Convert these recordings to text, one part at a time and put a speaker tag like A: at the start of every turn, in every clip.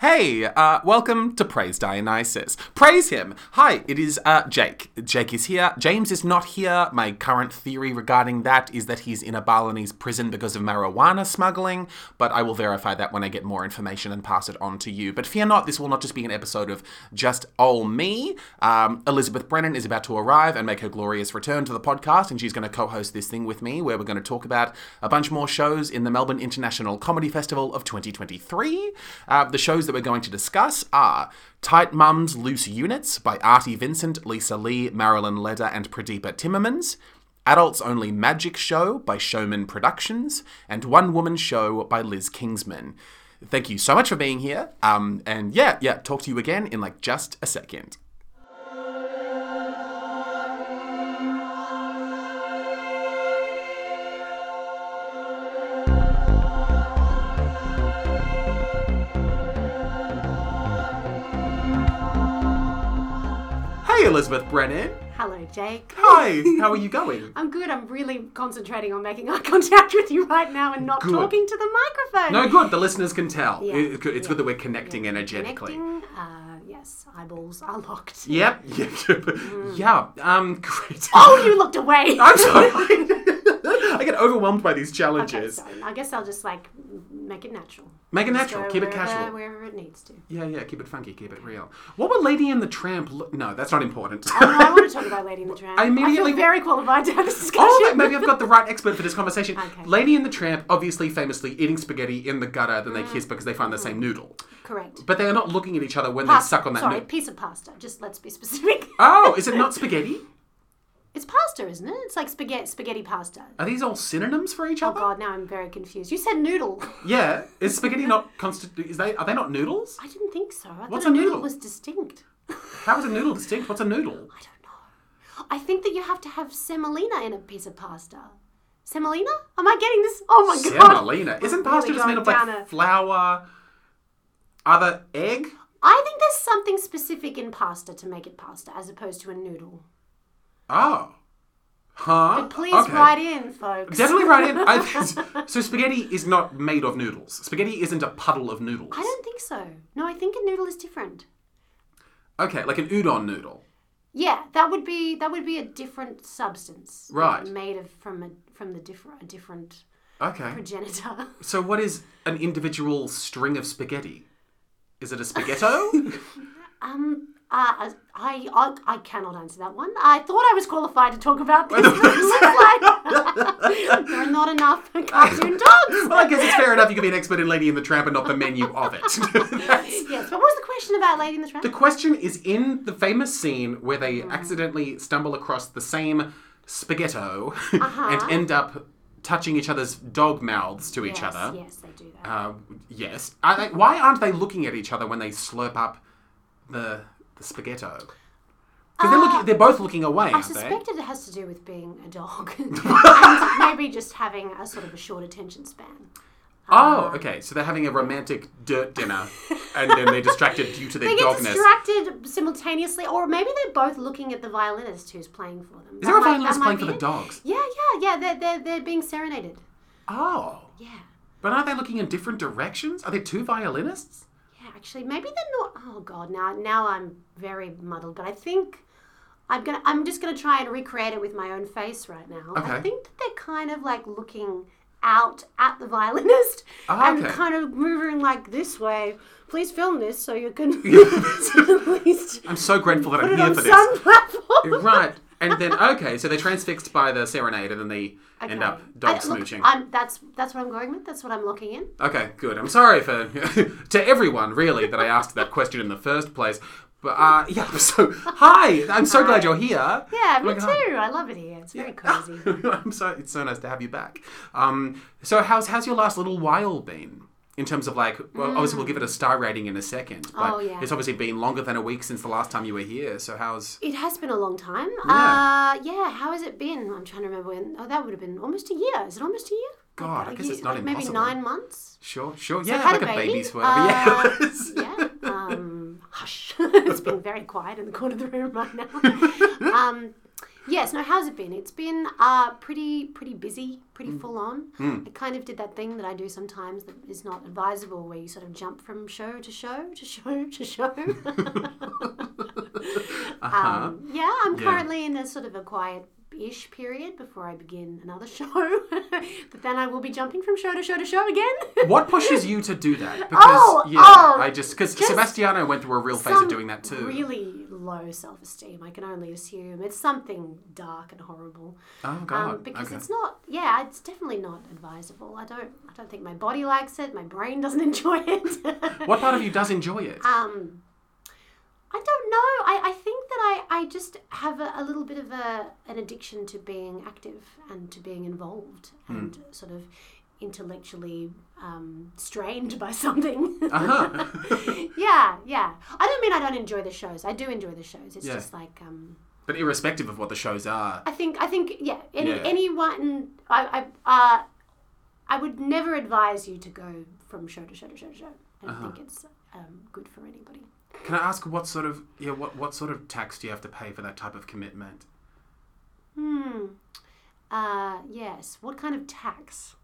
A: Hey, uh, welcome to Praise Dionysus. Praise him. Hi, it is uh, Jake. Jake is here. James is not here. My current theory regarding that is that he's in a Balinese prison because of marijuana smuggling, but I will verify that when I get more information and pass it on to you. But fear not, this will not just be an episode of just all me. Um, Elizabeth Brennan is about to arrive and make her glorious return to the podcast, and she's going to co host this thing with me where we're going to talk about a bunch more shows in the Melbourne International Comedy Festival of 2023. Uh, the shows that we're going to discuss are Tight Mums, Loose Units by Artie Vincent, Lisa Lee, Marilyn Leder, and Pradeepa Timmermans. Adults Only Magic Show by Showman Productions, and One Woman Show by Liz Kingsman. Thank you so much for being here. Um, and yeah, yeah, talk to you again in like just a second. Hey, Elizabeth Brennan.
B: Hello, Jake.
A: Hi, how are you going?
B: I'm good. I'm really concentrating on making eye contact with you right now and not
A: Good.
B: talking to the microphone.
A: No, good. The listeners can tell.
B: Yeah.
A: It- it's good- it's
B: Yeah.
A: good that we're connecting energetically.
B: Connecting. Uh, yes, eyeballs are locked.
A: Yep. Yep. yep. Yeah. Um. Great.
B: Mm. Oh, you looked away.
A: I'm sorry. I get overwhelmed by these
B: Okay,
A: challenges.
B: so I guess I'll just like make it natural.
A: Make it
B: Just
A: natural.
B: go
A: Keep it
B: wherever-
A: casual.
B: Wherever it needs to. Um,
A: Yeah, yeah. Keep it funky. Keep it real. What were Lady and the Tramp? Lo- no, that's not important.
B: Oh, no, I want to talk about Lady in the Tramp.
A: I immediately-
B: feel very qualified to have this discussion.
A: Oh, ma- maybe I've got the right expert for this conversation.
B: Okay.
A: Lady and the Tramp, obviously famously eating spaghetti in the gutter, then they
B: Mm.
A: kiss because they find the same noodle.
B: Correct.
A: But they are not looking at each other when
B: Pasta.
A: they suck on that
B: Sorry,
A: noodle.
B: piece of pasta. Just let's be specific.
A: Oh, is it not spaghetti?
B: It's pasta, isn't it? It's like spaghetti, spaghetti pasta.
A: Are these all synonyms for each
B: Oh
A: other?
B: God, now I'm very confused. You said noodle.
A: Yeah, is spaghetti not constant? Is they are they not noodles?
B: I didn't think so. I
A: What's a
B: thought a noodle?
A: noodle?
B: was distinct.
A: How is a noodle distinct? What's a noodle?
B: I don't know. I think that you have to have semolina in a piece of pasta. Semolina? Am I getting this? Oh my god!
A: Semolina. Isn't
B: We're
A: pasta
B: really
A: just made
B: going
A: of
B: down
A: like
B: a-
A: flour, other egg?
B: I think there's something specific in pasta to make it pasta, as opposed to a noodle.
A: Oh, huh?
B: But please
A: Okay.
B: write in, folks.
A: Definitely right in. I, so spaghetti is not made of noodles. Spaghetti isn't a puddle of noodles.
B: I don't think so. No, I think a noodle is different.
A: Okay, like an udon noodle.
B: Yeah, that would be that would be a different substance,
A: Right.
B: Made of from a from the different a different
A: Okay.
B: progenitor.
A: So what is an individual string of spaghetti? Is it a spaghetto?
B: Um, uh, I, I I cannot answer that one. I thought I was qualified to talk about this. but it looks like there are not enough cartoon dogs.
A: well, I guess it's fair enough. You can be an expert in Lady and the Tramp and not the menu of it. That's-
B: Yes, but what was the question about Lady in the Tramp?
A: The question is in the famous scene where they
B: Mm-hmm.
A: accidentally stumble across the same spaghetto
B: Uh-huh.
A: and end up touching each other's dog mouths to each
B: yes,
A: other.
B: Yes, they do that.
A: Uh, yes. Are they, why aren't they looking at each other when they slurp up the the spaghetto? Because they're looking. They're both looking away,
B: Uh, I
A: aren't they?
B: suspected it has to do with being a dog and maybe just having a sort of a short attention span.
A: Oh, okay. So they're having a romantic dirt dinner, and then they're distracted due to their
B: They get
A: dogness.
B: distracted simultaneously, or maybe they're both looking at the violinist who's playing for them.
A: Is there a violinist playing for the dogs?
B: Yeah, yeah, yeah. They're, they're, they're being serenaded.
A: Oh,
B: Yeah.
A: but aren't they looking in different directions? Are there two violinists?
B: Yeah, actually, maybe they're not. Oh God, now now I'm very muddled. But I think I'm gonna. I'm just gonna try and recreate it with my own face right now.
A: Okay.
B: I think that they're kind of like looking out at the violinist
A: Ah,
B: and
A: okay.
B: kind of moving like this way. Please film this so you can at least
A: I'm so grateful that
B: put
A: I'm
B: it
A: here
B: on
A: for
B: some
A: this.
B: platform.
A: Right. And then okay, so they're transfixed by the serenade, and then they end
B: Okay.
A: up dog
B: I- look,
A: smooching.
B: I'm, that's that's what I'm going with. That's what I'm looking in.
A: Okay, good. I'm sorry for to everyone really that I asked that question in the first place. But uh, yeah, so hi. I'm so glad you're here.
B: Yeah,
A: Oh my
B: me
A: God.
B: too. I love it here. It's very cozy.
A: I'm so it's so nice to have you back. Um, so how's how's your last little while been? In terms of like, well, obviously we'll give it a star rating in a second, but
B: Oh, yeah.
A: it's obviously been longer than a week since the last time you were here. So how's
B: It has been a long time. Uh, yeah, how has it been? I'm trying to remember when. Oh, that would have been almost a year. Is it almost a year?
A: God, I
B: Like
A: guess
B: you-
A: it's not
B: like
A: impossible.
B: Maybe nine months.
A: sure, sure, yeah,
B: had
A: like
B: a
A: a
B: baby.
A: baby's worth.
B: Uh,
A: yeah,
B: Yeah. Um, hush. it's been very quiet in the corner of the room right now. Um, Yes, no, how's it been? It's been uh, pretty pretty busy, pretty full on. I kind of did that thing that I do sometimes that is not advisable where you sort of jump from show to show to show to show. um, yeah,
A: Yeah.
B: I'm currently in a sort of a quiet ish period before I begin another show. but then I will be jumping from show to show to show again.
A: What pushes you to do that? Because
B: Oh,
A: yeah,
B: oh,
A: I just because
B: just
A: Sebastiano went through a real phase
B: Some
A: of doing that too.
B: Really low self esteem, I can only assume. It's something dark and horrible.
A: oh god,
B: um, because
A: okay.
B: it's not yeah it's definitely not advisable i don't i don't think my body likes it my brain doesn't enjoy it
A: what part of you does enjoy it?
B: um i don't know i, I think that i, I just have a, a little bit of a, an addiction to being active and to being involved
A: Hmm.
B: and sort of intellectually um, strained by something
A: Uh-huh.
B: yeah yeah i don't mean i don't enjoy the shows i do enjoy the shows it's
A: Yeah.
B: just like um,
A: but irrespective of what the shows are,
B: I think I think yeah. Any
A: Yeah.
B: anyone I I uh, I would never advise you to go from show to show to show to show. I don't
A: Uh-huh.
B: think it's um, good for anybody.
A: can I ask what sort of yeah what what sort of tax do you have to pay for that type of commitment?
B: Hmm. Uh, yes. What kind of tax?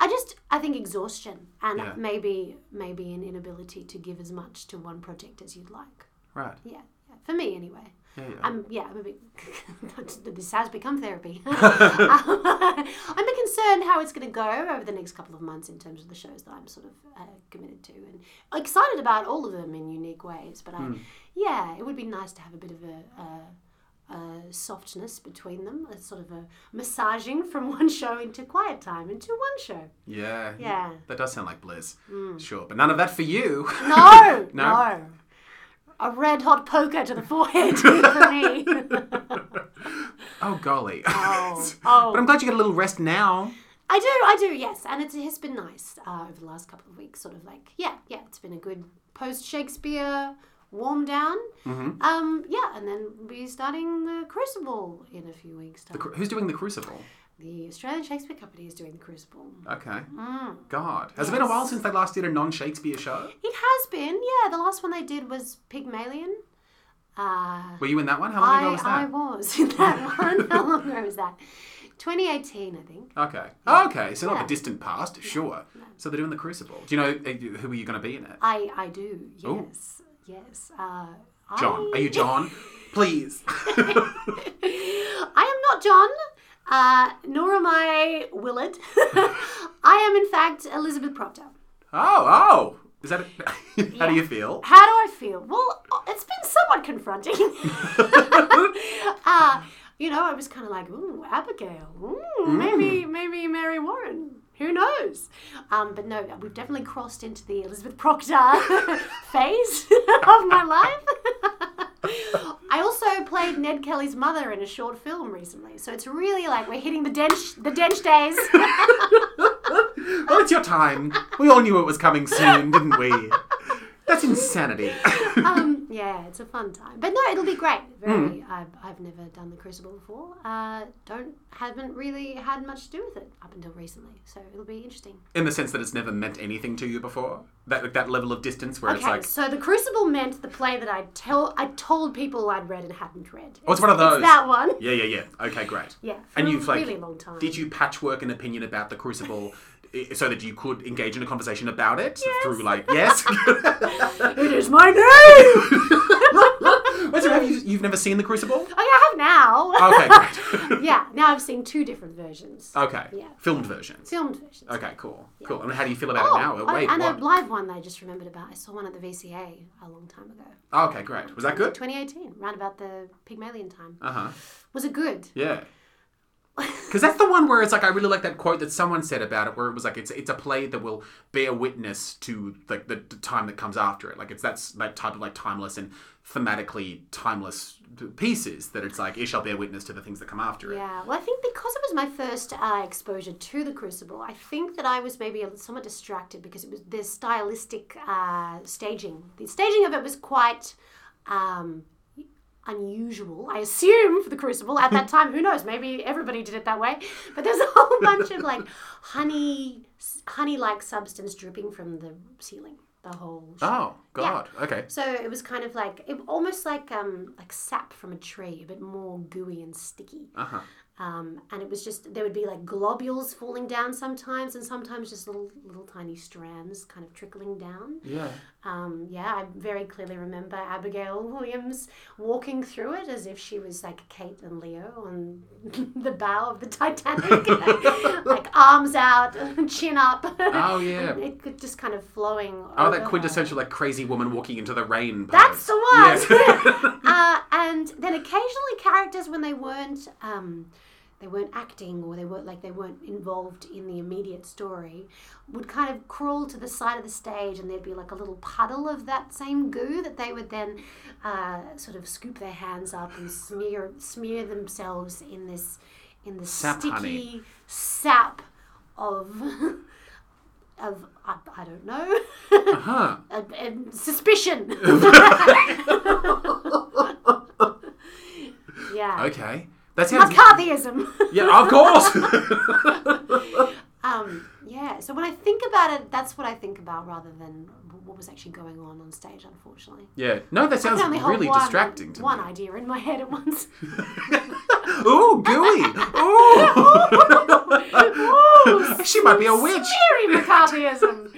B: I just I think exhaustion and
A: Yeah.
B: maybe maybe an inability to give as much to one project as you'd like.
A: Right.
B: Yeah. yeah. For me anyway.
A: Yeah. yeah.
B: I'm yeah, I'm a bit. this has become therapy. I'm a bit concerned how it's going to go over the next couple of months in terms of the shows that I'm sort of uh, committed to and excited about all of them in unique ways. But I, yeah, it would be nice to have a bit of a, a, a softness between them, a sort of a massaging from one show into quiet time into one show.
A: yeah.
B: Yeah. Mm.
A: That does sound like bliss. Sure, but none of that for you.
B: No,
A: No?
B: no. A red hot poker to the forehead for me.
A: oh golly.
B: oh, oh.
A: But I'm glad you get a little rest now.
B: I do, I do, yes, and it's, it has been nice uh, over the last couple of weeks. Sort of like, yeah, yeah, it's been a good post Shakespeare warm down.
A: Mm-hmm.
B: Um, yeah, and then we'll be starting the Crucible in a few weeks' time. The,
A: Cru- Who's doing the Crucible?
B: Australian Shakespeare Company is doing the Crucible.
A: Okay.
B: Mm.
A: God, has it been a while since they last did a non-Shakespeare show?
B: It has been, yeah. The last one they did was Pygmalion. Uh,
A: Were you in that one? How long ago
B: I,
A: was
B: I
A: that?
B: was in that one. How long ago was that? 2018, I think.
A: Okay. Okay. So not the distant past, sure. So they're doing the Crucible. Do you know uh, who are you going to be in it?
B: I, I do, yes, yes. Uh,
A: John.
B: I-
A: Are you John? Oh, Please.
B: I am not John, uh, nor am I Willard. I am, in fact, Elizabeth Proctor.
A: oh, oh. Is that? A, how do you feel?
B: How do I feel? Well, it's been somewhat confronting. uh, you know, I was kind of like, ooh, Abigail, ooh, maybe, maybe Mary Warren. Who knows? Um, but no, we've definitely crossed into the Elizabeth Proctor phase of my life. I also played Ned Kelly's mother in a short film recently, so it's really like we're hitting the dench, the dench days.
A: Well, it's your time. We all knew it was coming soon, didn't we? That's insanity.
B: um, yeah, it's a fun time. But no, it'll be great.
A: Hmm.
B: Very. I've, I've never done the Crucible before. Uh, don't haven't really had much to do with it up until recently. So it'll be interesting.
A: in the sense that it's never meant anything to you before. That that level of distance where it's
B: Okay,
A: like,
B: so the Crucible meant the play that I tell I told people I'd read and hadn't read.
A: oh, it's one of those.
B: that one.
A: Yeah, yeah, yeah. Okay, great.
B: Yeah, for
A: And
B: a
A: you've like,
B: really long time.
A: did you patchwork an opinion about the Crucible? i- So that you could engage in a conversation about it through, like, yes.
B: It is my name. Oh,
A: Wait, so have you, you've never seen the Crucible?
B: okay, I have now.
A: Okay, great.
B: yeah, now I've seen two different versions.
A: okay,
B: Yeah.
A: filmed versions.
B: Filmed versions.
A: Oh. Okay, cool, cool. And how do you feel about
B: Oh,
A: it now?
B: I-
A: Wait,
B: and
A: what?
B: a live one that I just remembered about. I saw one at the VCA a long time ago.
A: okay, great. Was that good?
B: 2018, round about the Pygmalion time.
A: Uh huh.
B: Was it good?
A: Yeah. Because that's the one where it's like I really like that quote that someone said about it, where it was like it's it's a play that will bear witness to like the, the time that comes after it. Like it's that's that type of like timeless and thematically timeless pieces that it's like it shall bear witness to the things that come after it.
B: Yeah. Well, I think because it was my first uh, exposure to the Crucible, I think that I was maybe a- somewhat distracted because it was the stylistic uh, staging. The staging of it was quite. Um, unusual, I assume, for the Crucible at that time. Who knows? Maybe everybody did it that way. But there's a whole bunch of like honey, honey-like substance dripping from the ceiling. the whole. Show.
A: Oh, God. Okay.
B: So it was kind of like it, almost like um like sap from a tree, but more gooey and sticky.
A: Uh huh.
B: Um, and it was just there would be like globules falling down sometimes, and sometimes just little little tiny strands kind of trickling down.
A: Yeah.
B: Um, yeah, I very clearly remember Abigail Williams walking through it as if she was like Kate and Leo on the bow of the Titanic, like arms out, chin up.
A: Oh, yeah.
B: it could just kind of flowing.
A: Oh,
B: over
A: that
B: her.
A: quintessential like crazy woman walking into the rain.
B: That's
A: pose.
B: the one.
A: Yes.
B: uh, and then occasionally characters when they weren't um, they weren't acting or they weren't like they weren't involved in the immediate story would kind of crawl to the side of the stage and there'd be like a little puddle of that same goo that they would then uh, sort of scoop their hands up and smear smear themselves in this in this
A: Sap,
B: sticky
A: honey.
B: sap of of I, I don't know
A: huh.
B: uh, um, suspicion. yeah.
A: Okay. That sounds.
B: McCarthyism.
A: Yeah, of course.
B: um, yeah. So when I think about it, that's what I think about rather than w- what was actually going on on stage. Unfortunately,
A: yeah. No, that
B: I
A: sounds
B: can only hold
A: really
B: one,
A: distracting to
B: one
A: me.
B: idea in my head at once.
A: Ooh, gooey. Ooh. she might be a witch.
B: Cheery McCarthyism.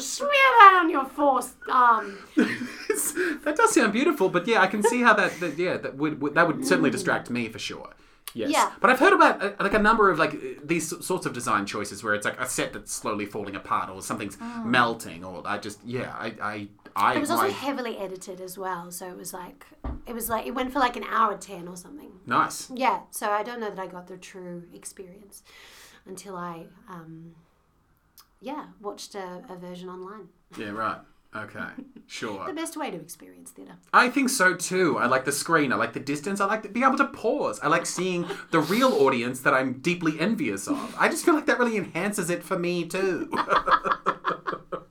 B: Smear that on your force um, arm.
A: that does sound beautiful, but yeah, I can see how that, that yeah, that would, would that would certainly distract me for sure. Yes.
B: Yeah.
A: But I've heard about uh, like a number of like uh, these s- sorts of design choices where it's like a set that's slowly falling apart or something's melting or I just yeah, I I I
B: Oh. It was also
A: my-
B: heavily edited as well, so it was like it was like it went for like an hour ten or something.
A: nice.
B: Yeah, so I don't know that I got the true experience until I, um, yeah, watched a, a version online.
A: Yeah, right. Okay. Sure.
B: The best way to experience theatre.
A: I think so too. I like the screen. I like the distance. I like to be able to pause. I like seeing the real audience that I'm deeply envious of. I just feel like that really enhances it for me too.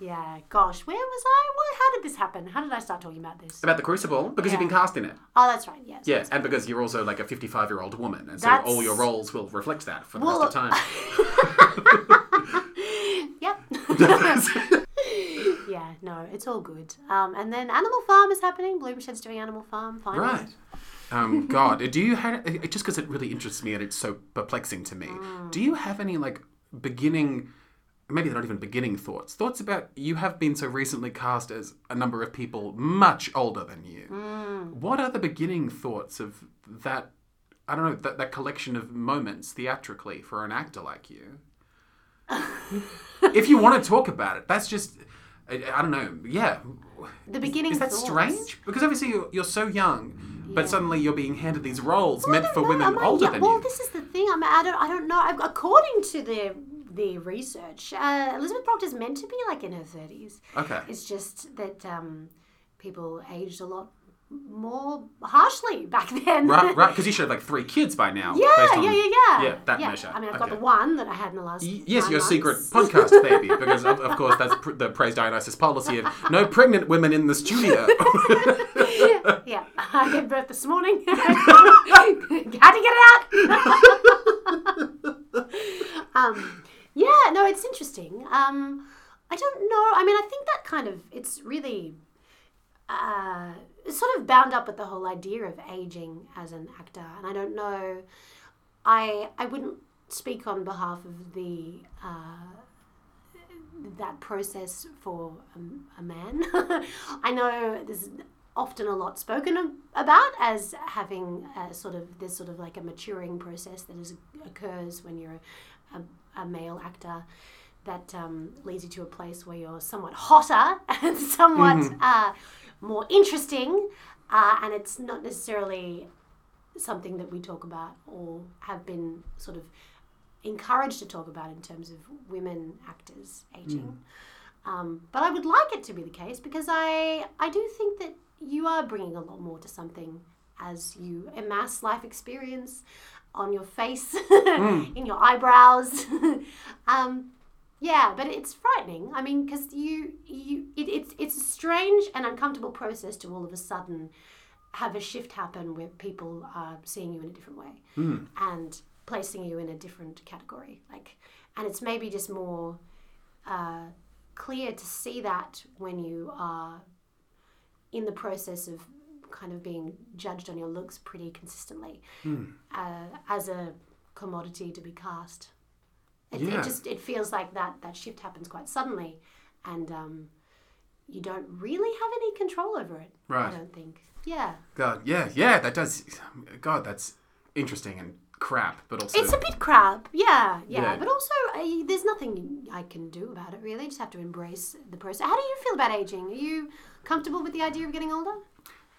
B: Yeah, gosh, where was I? Well, how did this happen? How did I start talking about this?
A: About the Crucible because you've been cast in it.
B: Oh, that's right, yes.
A: Yeah, and because you're also like a 55 year old woman, and so
B: That's-
A: all your roles will reflect that for the
B: Well-
A: rest of time.
B: Yep. yeah, no, it's all good. Um, and then Animal Farm is happening. Bloomshed's doing Animal Farm, finally.
A: Right. Um, God, do you have it- just because it really interests me and it's so perplexing to me? Do you have any like beginning, maybe they're not even beginning thoughts, thoughts about you have been so recently cast as a number of people much older than you? What are the beginning thoughts of that? I don't know that, that collection of moments theatrically for an actor like you. if you want to talk about it, that's just I, I don't know. Yeah,
B: The beginning
A: is that
B: thoughts.
A: strange? Because obviously you're, you're so young, but suddenly you're being handed these roles meant for
B: No,
A: women
B: am I
A: older
B: young?
A: than
B: well,
A: you.
B: this is the thing. I'm, I don't. I don't know. I've- According to the the research, uh, Elizabeth Proctor's meant to be like in her thirties.
A: Okay.
B: It's just that um, people aged a lot more harshly back then.
A: right, right. Because you should have like three kids by now.
B: Yeah,
A: based on-
B: yeah, yeah, yeah.
A: yeah, that measure.
B: I mean, I've got
A: Okay.
B: the one that I had in the last.
A: Y- Yes,
B: nine
A: your
B: months.
A: secret podcast baby, because of, of course that's pr- the praise Dionysus policy of no pregnant women in the studio.
B: yeah, I gave birth this morning. Had to get it out. um, yeah, no, it's interesting. Um, I don't know. I mean, I think that kind of it's really uh, it's sort of bound up with the whole idea of aging as an actor, and I don't know. I I wouldn't speak on behalf of the. Uh, that process for um, a, a man. I know this is often a lot spoken ab- about as having a sort of there's sort of like a maturing process that is occurs when you're a, a male actor that um, leads you to a place where you're somewhat hotter and somewhat uh, more interesting, uh, and it's not necessarily something that we talk about or have been sort of encouraged to talk about in terms of women actors aging. Um, but I would like it to be the case because I I do think that you are bringing a lot more to something as you amass life experience on your face, in your eyebrows. um, yeah, but it's frightening. I mean, because you you it, it's it's a strange and uncomfortable process to all of a sudden have a shift happen where people are seeing you in a different way
A: Hmm.
B: and placing you in a different category. Like, and it's maybe just more uh, clear to see that when you are in the process of kind of being judged on your looks pretty consistently
A: Hmm.
B: uh, as a commodity to be cast. It,
A: Yeah.
B: it just it feels like that that shift happens quite suddenly, and um, you don't really have any control over it.
A: Right.
B: I don't think. Yeah,
A: God, yeah, yeah, that does. God, that's interesting and crap, but also
B: it's a bit crap. Yeah, yeah.
A: Yeah.
B: But also, I, there's nothing I can do about it. Really, I just have to embrace the process. How do you feel about aging? Are you comfortable with the idea of getting older?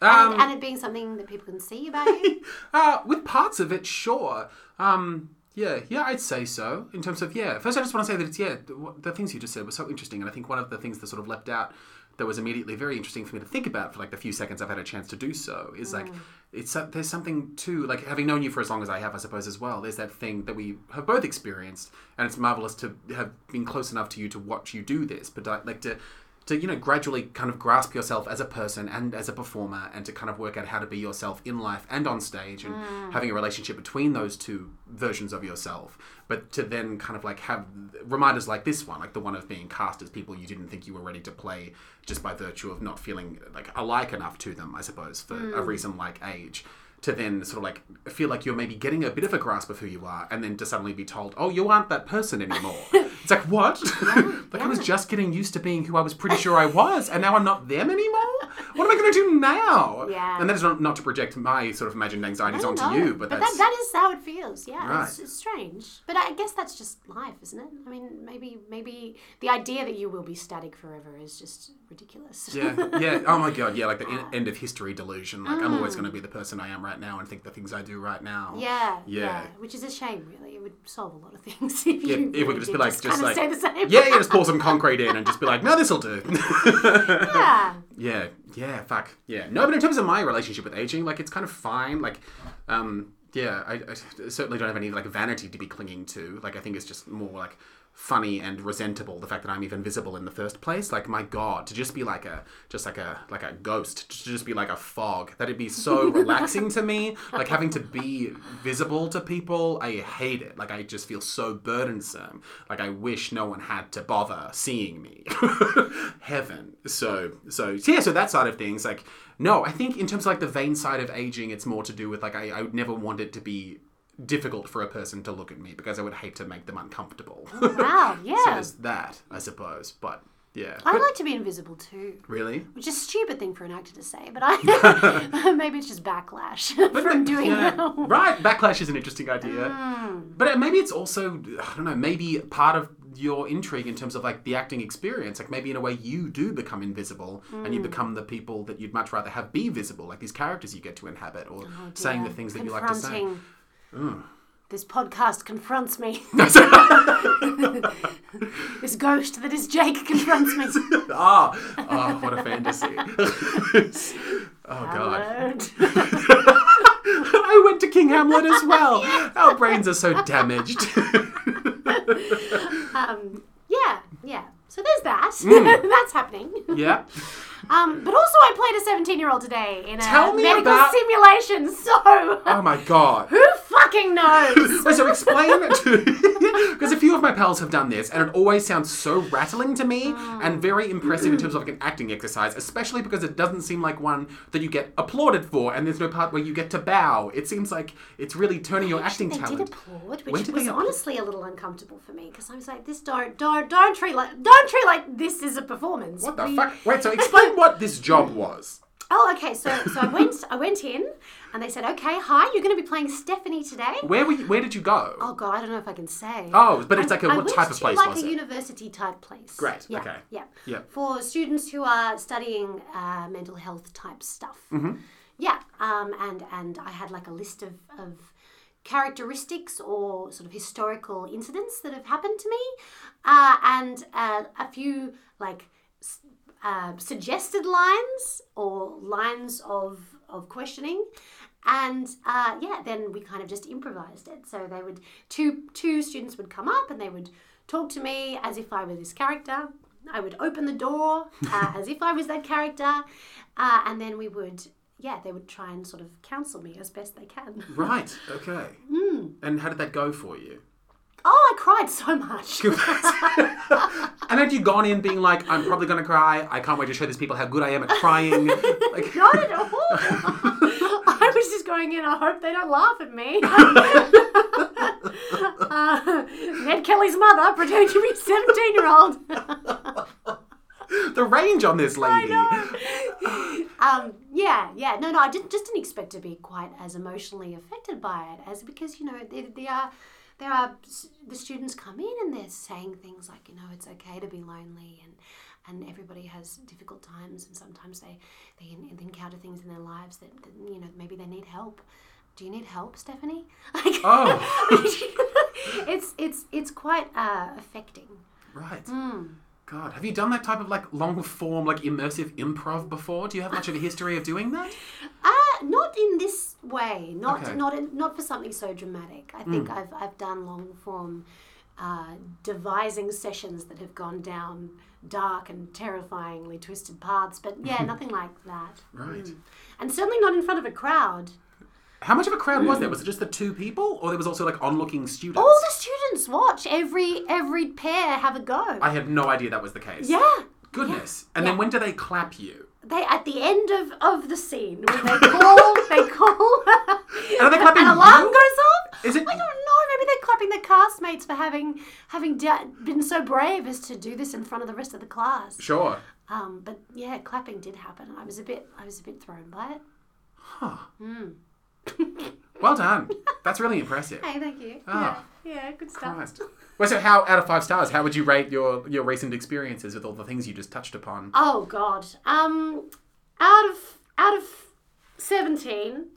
A: um,
B: and, and it being something that people can see about you.
A: uh, with parts of it, sure. Um, yeah, yeah, I'd say so. In terms of yeah, first I just want to say that it's yeah, the, the things you just said were so interesting, and I think one of the things that sort of leapt out that was immediately very interesting for me to think about for like the few seconds I've had a chance to do so is like it's so- there's something too like having known you for as long as I have, I suppose as well. There's that thing that we have both experienced, and it's marvelous to have been close enough to you to watch you do this, but I- like to to you know gradually kind of grasp yourself as a person and as a performer and to kind of work out how to be yourself in life and on stage and having a relationship between those two versions of yourself but to then kind of like have reminders like this one like the one of being cast as people you didn't think you were ready to play just by virtue of not feeling like alike enough to them i suppose for a reason like age to then sort of like feel like you're maybe getting a bit of a grasp of who you are and then to suddenly be told oh you aren't that person anymore it's like what like i was just getting used to being who i was pretty sure i was and now i'm not them anymore what am i going to do now
B: Yeah.
A: and that is not, not to project my sort of imagined anxieties
B: I don't
A: onto
B: know.
A: you but, that's
B: that, that is how it feels. Yeah, it's,
A: Right.
B: it's strange, but I guess that's just life, isn't it? I mean, maybe maybe the idea that you will be static forever is just ridiculous.
A: yeah yeah oh my god yeah like the en- end of history delusion like i'm always going to be the person i am right now and think the things i do right now
B: Mm. Yeah,
A: Yeah.
B: which is a shame, really. It would solve a lot of things if you
A: if, if we
B: really
A: could just
B: did
A: be like, just
B: kind
A: like,
B: of stay the same.
A: yeah, yeah, just pour some concrete in and just be like, no, this'll do.
B: yeah.
A: Yeah, yeah, fuck, yeah. No, but in terms of my relationship with aging, like it's kind of fine. Like, um, yeah, I, I certainly don't have any like vanity to be clinging to. Like, I think it's just more like funny and resentable the fact that I'm even visible in the first place. Like, my god, to just be like a just like a like a ghost, to just be like a fog. That'd be so relaxing to me. Like having to be visible to people, I hate it. Like I just feel so burdensome. Like I wish no one had to bother seeing me. Heaven. So so yeah, so that side of things, like no, I think in terms of like the vain side of aging, it's more to do with like I, I would never want it to be difficult for a person to look at me because I would hate to make them uncomfortable. so
B: Wow. Yeah.
A: there's that, I suppose. But yeah.
B: I
A: But-
B: like to be invisible too.
A: really?
B: Which is a stupid thing for an actor to say, but I maybe it's just backlash from doing Hmm.
A: Yeah.
B: that.
A: Right, backlash is an interesting idea. But uh, maybe it's also, I don't know, maybe part of your intrigue in terms of like the acting experience. Like maybe in a way you do become invisible and
B: Hmm.
A: you become the people that you'd much rather have be visible, like these characters you get to inhabit or saying the
B: Yeah,
A: things that you like to say.
B: Oh,
A: Mm.
B: confronting. This podcast confronts me. this ghost that is Jake confronts me.
A: Ah, oh, what a fantasy. oh, God.
B: Lord.
A: I went to King Hamlet as well. Our brains are so damaged.
B: um, yeah, yeah. So there's that.
A: Mm.
B: That's happening.
A: yeah.
B: Um, but also, I played a 17 year old today in a
A: Tell me
B: medical
A: about-
B: simulation, so
A: Oh, my God.
B: who fucking knows?
A: Wait, so explain it to because a few of my pals have done this and it always sounds so rattling to me
B: Oh.
A: and very impressive in terms of like an acting exercise especially because it doesn't seem like one that you get applauded for and there's no part where you get to bow it seems like it's really turning your acting
B: Oh, They did
A: talent
B: applaud,
A: When
B: which
A: did
B: was
A: they applaud?
B: honestly a little uncomfortable for me because I was like, "This don't, don't, don't treat like, don't treat like this is a performance."
A: what the
B: We-
A: fuck wait so explain what this job was
B: Oh, okay. So, so I went, I went in, and they said, "Okay, hi, you're going to be playing Stephanie today."
A: where were you, where did you go
B: Oh God, I don't know if I can say.
A: Oh, but it's like a-
B: I
A: what
B: went
A: type of
B: to
A: place
B: like
A: was
B: a
A: it?
B: university type place.
A: Great,
B: Yeah,
A: okay.
B: Yeah.
A: Yeah.
B: For students who are studying uh, mental health type stuff.
A: Mm-hmm.
B: Yeah. Um, and and I had like a list of. of characteristics or sort of historical incidents that have happened to me uh, and uh, a few like s- uh, suggested lines or lines of, of questioning. And uh, yeah, then we kind of just improvised it. So they would two two students would come up and they would talk to me as if I were this character. I would open the door uh, as if I was that character, uh, and then we would yeah they would try and sort
A: Hmm.
B: of counsel me as best they can. Hmm.
A: right okay and how did that go for you
B: Oh, I cried so much.
A: and had you gone in being like, I'm probably going to cry. I can't wait to show these people how good I am at crying. Like,
B: Not at all. I was just going in. I hope they don't laugh at me. uh, Ned Kelly's mother pretending to be a seventeen-year-old.
A: the range on this lady.
B: um, yeah, yeah. No, no. I didn't, just didn't expect to be quite as emotionally affected by it as because you know they, they are. There are s- the students come in and they're saying things like you know it's okay to be lonely and and everybody has difficult times and sometimes they they en- encounter things in their lives that, that you know maybe they need help. Do you need help, Stephanie? Like, it's it's it's quite uh, affecting.
A: Right.
B: Hmm.
A: God, have you done that type of like long form, like immersive improv before? Do you have much of a history of doing that?
B: Uh, not in this way. Not
A: Okay. Mm.
B: not in, not for something so dramatic. I think I've I've done long form uh, devising sessions that have gone down dark and terrifyingly twisted paths, but yeah, nothing like that.
A: Right.
B: Hmm. And certainly not in front of a crowd.
A: How much of a crowd was there? Was it just the two people, or there was also like onlooking students?
B: All the students watch every every pair have a go.
A: I had no idea that was the case.
B: yeah.
A: Goodness. And then when do they clap you?
B: They at the end of, of the scene when they call they call
A: And are they clapping
B: an alarm
A: you?
B: goes off.
A: Is it-
B: I don't know. Maybe they're clapping their castmates for having having da- been so brave as to do this in front of the rest of the class.
A: Sure.
B: Um, but yeah, clapping did happen. I was a bit I was a bit thrown by it.
A: Well done. That's really impressive.
B: Hey, thank you.
A: Ah.
B: Yeah, yeah, good stuff.
A: Christ. Well, so how out of five stars? How would you rate your your recent experiences with all the things you just touched upon?
B: Oh God. Um, out of out of seventeen.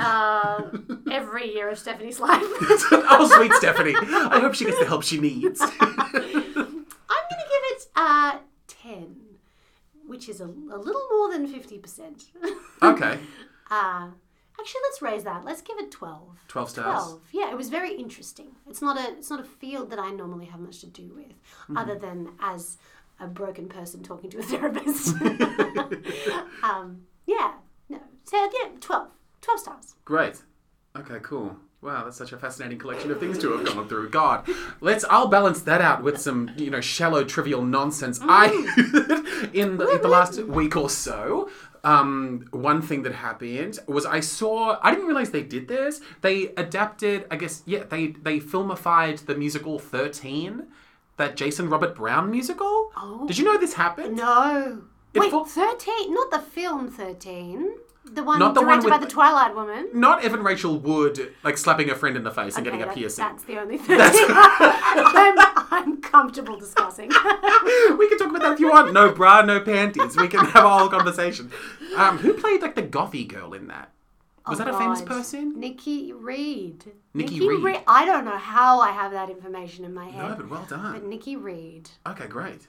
B: Uh, every year of Stephanie's life.
A: oh, sweet Stephanie. I hope she gets the help she needs.
B: I'm going to give it uh, 10, which is a, a little more than 50%.
A: okay.
B: uh, actually, let's raise that. Let's give it 12.
A: 12 stars.
B: 12. Yeah, it was very interesting. It's not a it's not a field that I normally have much to do with
A: Mm-hmm.
B: other than as a broken person talking to a therapist. um, yeah. No. So yeah, 12. 12 stars.
A: Great. Okay, cool. Wow, that's such a fascinating collection of things to have gone through. God, let's. I'll balance that out with some, you know, shallow, trivial nonsense.
B: Mm.
A: I, in the, the last week or so, um, one thing that happened was I saw. I didn't realize they did this. They adapted. I guess yeah. They they filmified the musical Thirteen, that Jason Robert Brown musical. Oh. Did you know this happened?
B: No. Wait,
A: fo-
B: 13, not the film 13. The one
A: Not the one
B: directed by the
A: with-
B: Twilight Woman.
A: Not Evan Rachel Wood like slapping a friend in the face and getting a
B: that-
A: piercing.
B: That's the only thing I'm, I'm comfortable discussing.
A: we can talk about that if you want. No bra, no panties. We can have a whole conversation. Um, who played like the gothy girl in that? Was that a famous
B: Oh, God.
A: person?
B: Nikki Reed.
A: Nikki Reed.
B: I don't know how I have that information in my
A: No,
B: head.
A: but well
B: but
A: done.
B: Nikki Reed.
A: Okay, great.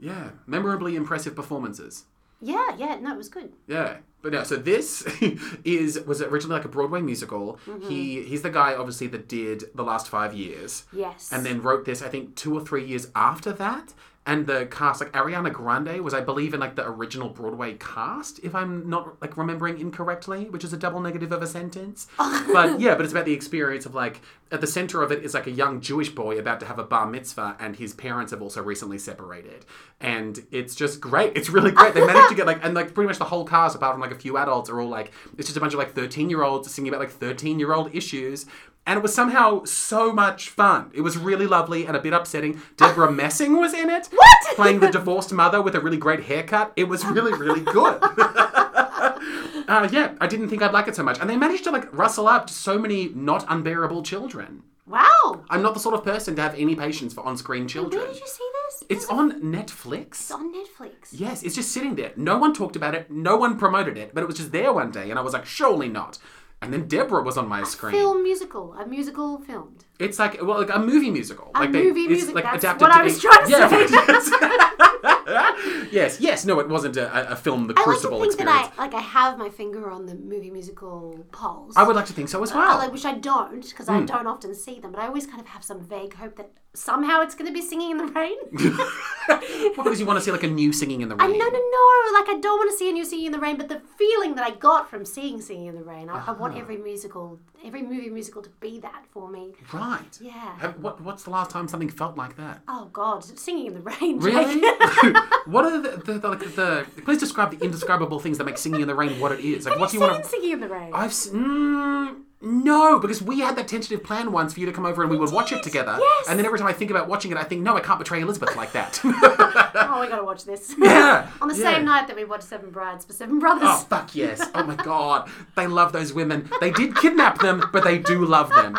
A: Yeah, memorably impressive performances.
B: Yeah, yeah, no, it was good.
A: Yeah. But no, so this is was originally like a Broadway musical. He he's the guy obviously that did the last five years.
B: Yes.
A: and then wrote this I think two or three years after that. And the cast, like Ariana Grande, was I believe in like the original Broadway cast, if I'm not like remembering incorrectly, which is a double negative of a sentence. but yeah, but it's about the experience of like at the center of it is like a young Jewish boy about to have a bar mitzvah, and his parents have also recently separated, and it's just great. It's really great. They managed to get like and like pretty much the whole cast, apart from like a few adults, are all like it's just a bunch of like thirteen year olds singing about like thirteen year old issues, and it was somehow so much fun. It was really lovely and a bit upsetting. Deborah Messing was in it.
B: Ah. What?
A: Playing the divorced mother with a really great haircut. It was really, really good. uh, yeah, I didn't think I'd like it so much. And they managed to like rustle up so many not unbearable children.
B: wow.
A: I'm not the sort of person to have any patience for on screen
B: Where
A: children.
B: did you see this?
A: It's on Netflix.
B: Mm-hmm. on Netflix.
A: Yes, it's just sitting there. No one talked about it. No one promoted it. But it was just there one day, and I was like, surely not. And then Deborah was on my screen.
B: Film musical, a musical filmed.
A: It's like well, like a movie musical. A like
B: movie
A: it's
B: music-
A: like
B: that's
A: adapted
B: what
A: to
B: I was
A: be-
B: trying to say.
A: yes. yes, yes. No, it wasn't a, a- a film. The
B: I like to
A: Crucible
B: think
A: experience.
B: that I like I have my finger on the movie musical polls.
A: Oh, I, would like to think so as well. Hmm.
B: I like- which I don't because I don't often see them, but I always kind of have some vague hope that somehow it's going to be singing in the rain.
A: Well, because you want to see like a new singing in the
B: I,
A: rain.
B: no, no, no. Like, I don't want to see a new Singing in the Rain, but the feeling that I got from seeing Singing in the Rain, I, I
A: Uh-huh.
B: want every musical, every movie musical to be that for me.
A: Right.
B: Yeah.
A: Have, what, what's the last time something felt like that?
B: Oh, God. Singing in the Rain. Jake.
A: Really? what are the, the, the, like, the please describe the indescribable things that make singing in the rain what it is? Like, what do
B: Seen
A: you want to?
B: Singing in the Rain.
A: I've s- mm, no, because we had that tentative plan once for you to come over and we would watch it together.
B: Yes.
A: And then every time I think about watching it, I think, no, I can't betray Elizabeth like that.
B: oh, we got to watch this.
A: Yeah,
B: On the
A: yeah.
B: same night that we watched Seven Brides for Seven Brothers.
A: oh fuck yes! Oh my god, they love those women. They did kidnap them, but they do love them.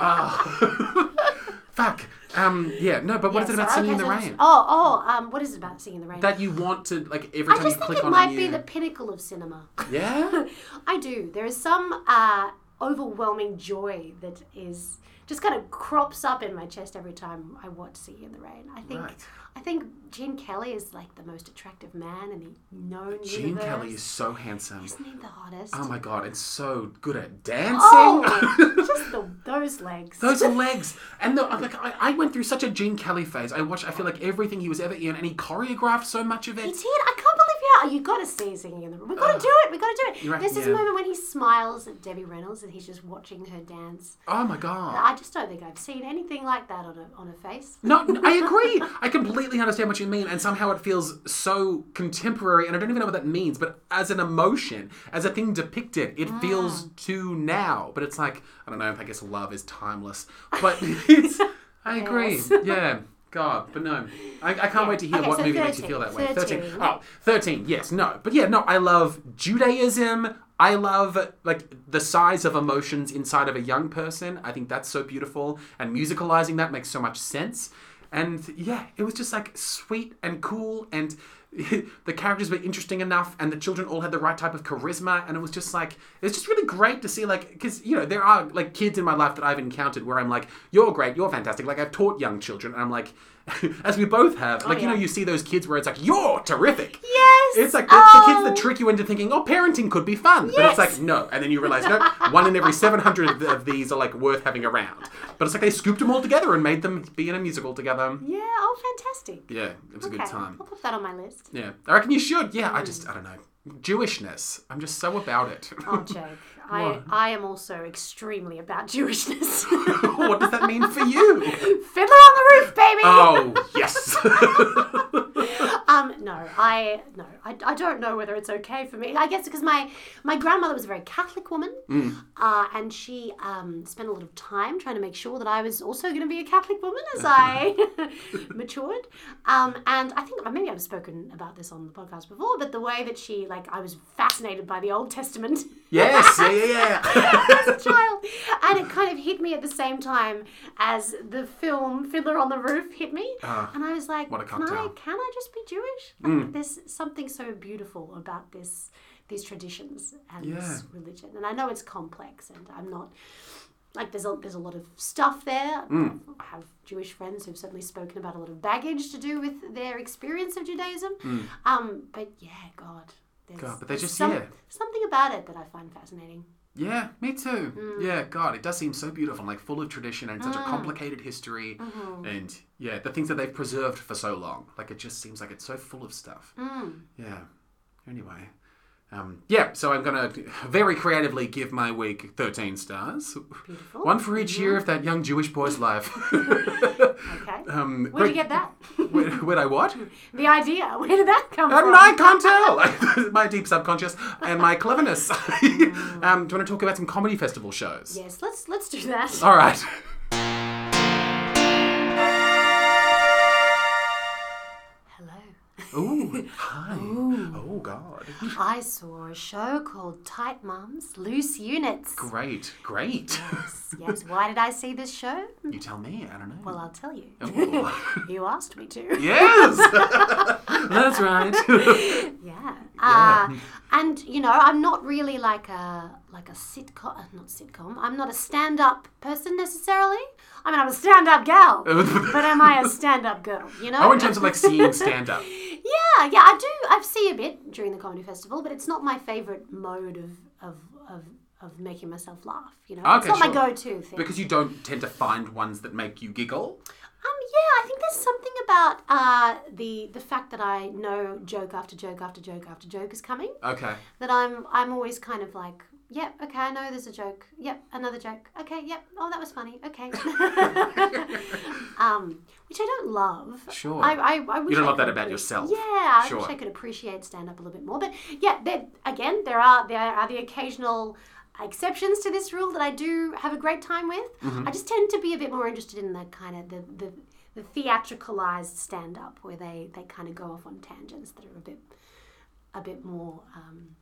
A: Ah. fuck. Um. Yeah. No. But what is
B: Yeah,
A: it about
B: so-
A: singing in
B: okay,
A: the
B: so
A: rain?
B: that's- Oh, oh, um, what is it about Singing in the Rain?
A: That you want to like every
B: I
A: time you
B: just think
A: click
B: it
A: on
B: might
A: a
B: be
A: new...
B: the pinnacle of cinema.
A: Yeah.
B: I do. There is some uh, overwhelming joy that is just kind of crops up in my chest every time I watch Singing in the Rain. I think
A: Right.
B: I think Gene Kelly is like the most attractive man in the known
A: Gene
B: universe.
A: Kelly is so handsome.
B: Isn't he the hottest?
A: Oh my god, it's so good at dancing.
B: Oh, just the, those legs.
A: Those legs, and the, uh, like, I, I went through such a Gene Kelly phase. I watched. I feel like everything he was ever in, and he choreographed so much of
B: He
A: it.
B: did. I can't believe you. you got to see singing in the room. We've got to do it. We've got to do it.
A: You're right,
B: This is a
A: yeah.
B: moment when he smiles at Debbie Reynolds and he's just watching her dance.
A: Oh my god!
B: I just don't think I've seen anything like that on a, on a face.
A: No, no, I agree. I completely understand what you mean, and somehow it feels so contemporary. And I don't even know what that means, but as an emotion, as a thing depicted, it
B: Mm.
A: feels too now. But it's like I don't know. I guess love is timeless, but it's. I agree.
B: Yes.
A: Yeah. God, but no. I, I can't wait to hear
B: Okay,
A: what
B: so
A: movie makes you
B: 13,
A: feel that way. 13.
B: 13.
A: Oh, 13. Yes, no. But yeah, no, I love Judaism. I love like the size of emotions inside of a young person. I think that's so beautiful and musicalizing that makes so much sense. And yeah, it was just like sweet and cool and the characters were interesting enough and the children all had the right type of charisma and it was just like it's just really great to see like cuz you know there are like kids in my life that I've encountered where I'm like you're great, you're fantastic. Like I've taught young children and I'm like as we both have, like you
B: yeah.
A: know you see those kids where it's like you're terrific.
B: Yes.
A: It's like the, the kids that trick you into thinking, oh, parenting could be fun. But it's
B: Yes.
A: like, no. And then you realize, no, one in every 700 of th- of these are like worth having around. But it's like they scooped them all together and made them be in a musical together.
B: Yeah. Oh, fantastic.
A: Yeah, it was a good
B: okay.
A: time.
B: I'll put that on my list.
A: Yeah, I reckon you should. Yeah, I just, I don't know. Jewishness. I'm just so about it.
B: Oh, Jake. I,
A: What?
B: I am also extremely about Jewishness.
A: what does that mean for you?
B: Fiddler on the Roof, baby.
A: Oh, yes.
B: Um, no, I no, I, I don't know whether it's okay for me. I guess because my my grandmother was a very Catholic woman,
A: Mm.
B: uh, and she um, spent a lot of time trying to make sure that I was also going to be a Catholic woman as I matured. Um, and I think maybe I've spoken about this on the podcast before, but the way that she like I was fascinated by the Old Testament.
A: yes, yeah, yeah, yeah.
B: as a child. And it kind of hit me at the same time as the film Fiddler on the Roof hit me. and I was like,
A: Uh-huh. what a
B: can I
A: cocktail." Mm.
B: can I just be Jewish? Like, there's something so beautiful about this these traditions and this religion. And I know it's complex and I'm not like there's a, there's a lot of stuff there.
A: Mm.
B: I have Jewish friends who've certainly spoken about a lot of baggage to do with their experience of Judaism. Um, but yeah, God, there's,
A: Mm. God, but they
B: there's
A: just-
B: some-
A: yeah.
B: something about it that I find fascinating.
A: Yeah, me too.
B: Mm.
A: Yeah, God, it does seem so beautiful, and, like full of tradition and such a complicated history,
B: Mm-hmm.
A: and yeah, the things that they've preserved for so long. Like it just seems like it's so full of stuff.
B: Mm.
A: Yeah. Anyway, um, yeah. So I'm gonna very creatively give my week 13 stars,
B: Beautiful.
A: one for each
B: Mm-hmm.
A: year of that young Jewish boy's life.
B: Okay.
A: um,
B: Where did you get that?
A: Where, where'd I what?
B: the idea. Where did that come
A: I don't
B: from?
A: know, I can't tell. my deep subconscious and my cleverness.
B: Mm.
A: um, do you want to talk about some comedy festival shows?
B: Yes, let's let's do that.
A: All right.
B: Hello.
A: Ooh, hi. Oh, God.
B: I saw a show called Tight Mums, Loose Units.
A: Great, great.
B: yes. Why did I see this show?
A: You tell me, I don't know.
B: Well, I'll tell you.
A: Ooh.
B: you asked me to.
A: yes! That's right.
B: Yeah. Uh, and you know, I'm not really like a like a sitcom, uh, not sitcom. I'm not a stand-up person necessarily. I mean, I'm a stand-up gal, but am I a stand-up girl? You know.
A: oh, in terms of like seeing stand up.
B: Yeah, yeah, I do. I see a bit during the comedy festival, but it's not my favorite mode of of of, of making myself laugh. You know, it's
A: Okay,
B: not my
A: sure.
B: go-to thing.
A: Because you don't tend to find ones that make you giggle.
B: Um, yeah, I think there's something about uh, the the fact that I know joke after joke after joke after joke is coming
A: Okay.
B: that I'm I'm always kind of like, yep, okay, I know there's a joke. Yep, another joke. Okay, yep. Oh, that was funny. Okay. um, which I don't love.
A: Sure.
B: I, I, I wish
A: don't
B: I
A: love that
B: could
A: about
B: appre-
A: yourself.
B: Yeah, I
A: Sure.
B: wish I could appreciate stand up a little bit more. But yeah, there, again, there are there are the occasional exceptions to this rule that I do have a great time with.
A: Mm-hmm.
B: I just tend to be a bit more interested in the kind of the, the the theatricalized stand up where they, they kind of go off on tangents that are a bit a bit more um,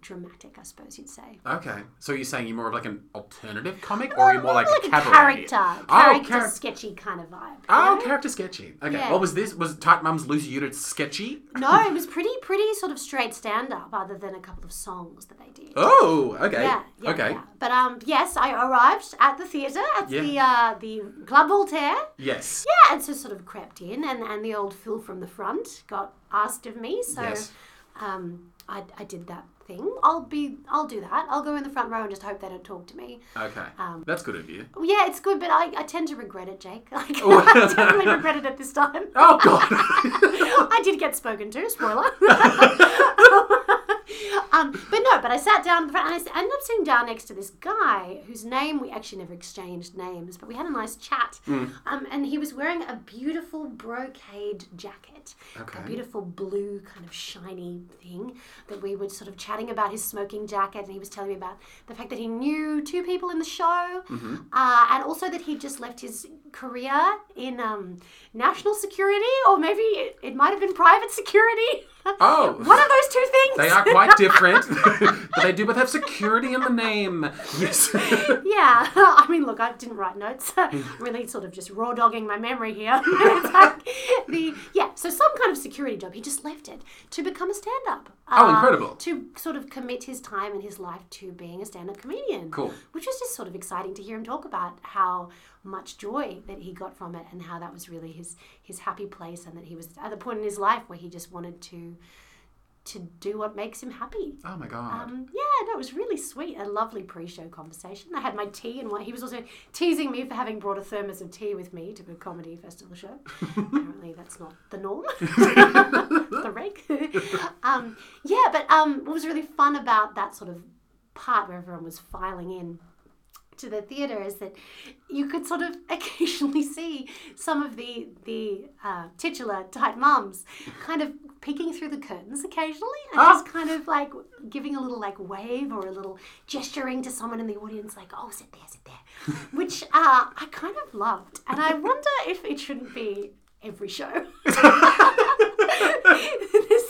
B: dramatic, I suppose you'd say.
A: Okay. So you're saying you're more of like an alternative comic, or are you more like, a cabaret?
B: character,
A: Oh,
B: character
A: character.
B: sketchy kind of vibe. you
A: Oh,
B: know?
A: character sketchy. Okay.
B: Yeah.
A: What was this? Was Tight Mums Lose You to sketchy?
B: No, it was pretty, pretty sort of straight stand up, other than a couple of songs that they did.
A: Oh, okay.
B: Yeah, yeah,
A: okay.
B: yeah. But um, yes, I arrived at the theatre at
A: Yeah.
B: the uh, the Club Voltaire.
A: Yes.
B: Yeah, and so sort of crept in, and, and the old Phil from the front got asked of me, so
A: Yes.
B: um, I, I did that thing. I'll be, I'll do that. I'll go in the front row and just hope they don't talk to me.
A: Okay.
B: Um,
A: That's good of you.
B: Well, Yeah, it's good, but I, I tend to regret it, Jake. Like, I totally regret it at this time.
A: Oh God.
B: I did get spoken to, spoiler. um, but no, but I sat down at the front and I s- ended up sitting down next to this guy whose name we actually never exchanged names, but we had a nice chat. Um, and he was wearing a beautiful brocade jacket,
A: Okay.
B: a beautiful blue kind of shiny thing that we were sort of chatting about his smoking jacket. And he was telling me about the fact that he knew two people in the show
A: Mm-hmm.
B: uh, and also that he just left his career in um, national security or maybe it, it might have been private security.
A: Oh.
B: One of those two things.
A: They are quite different, but they do both have security in the name. Yes. Oh,
B: Yeah, I mean, look, I didn't write notes. I'm really sort of just raw dogging my memory here. It's like the yeah, so some kind of security job. He just left it to become a stand-up. Um,
A: Oh, incredible.
B: To sort of commit his time and his life to being a stand-up comedian.
A: Cool.
B: Which was just sort of exciting to hear him talk about how much joy that he got from it and how that was really his his happy place and that he was at the point in his life where he just wanted to to do what makes him happy.
A: oh my God.
B: Um, yeah, no, it was really sweet. A lovely pre-show conversation. I had my tea, and what he was also teasing me for having brought a thermos of tea with me to a comedy festival show. Apparently, that's not the norm. the reg. um, yeah, but um, what was really fun about that sort of part where everyone was filing in to the theatre is that you could sort of occasionally see some of the the uh, titular tight mums kind of peeking through the curtains occasionally and
A: Ah.
B: just kind of like giving a little like wave or a little gesturing to someone in the audience like oh sit there sit there which uh, i kind of loved and i wonder if it shouldn't be every show there's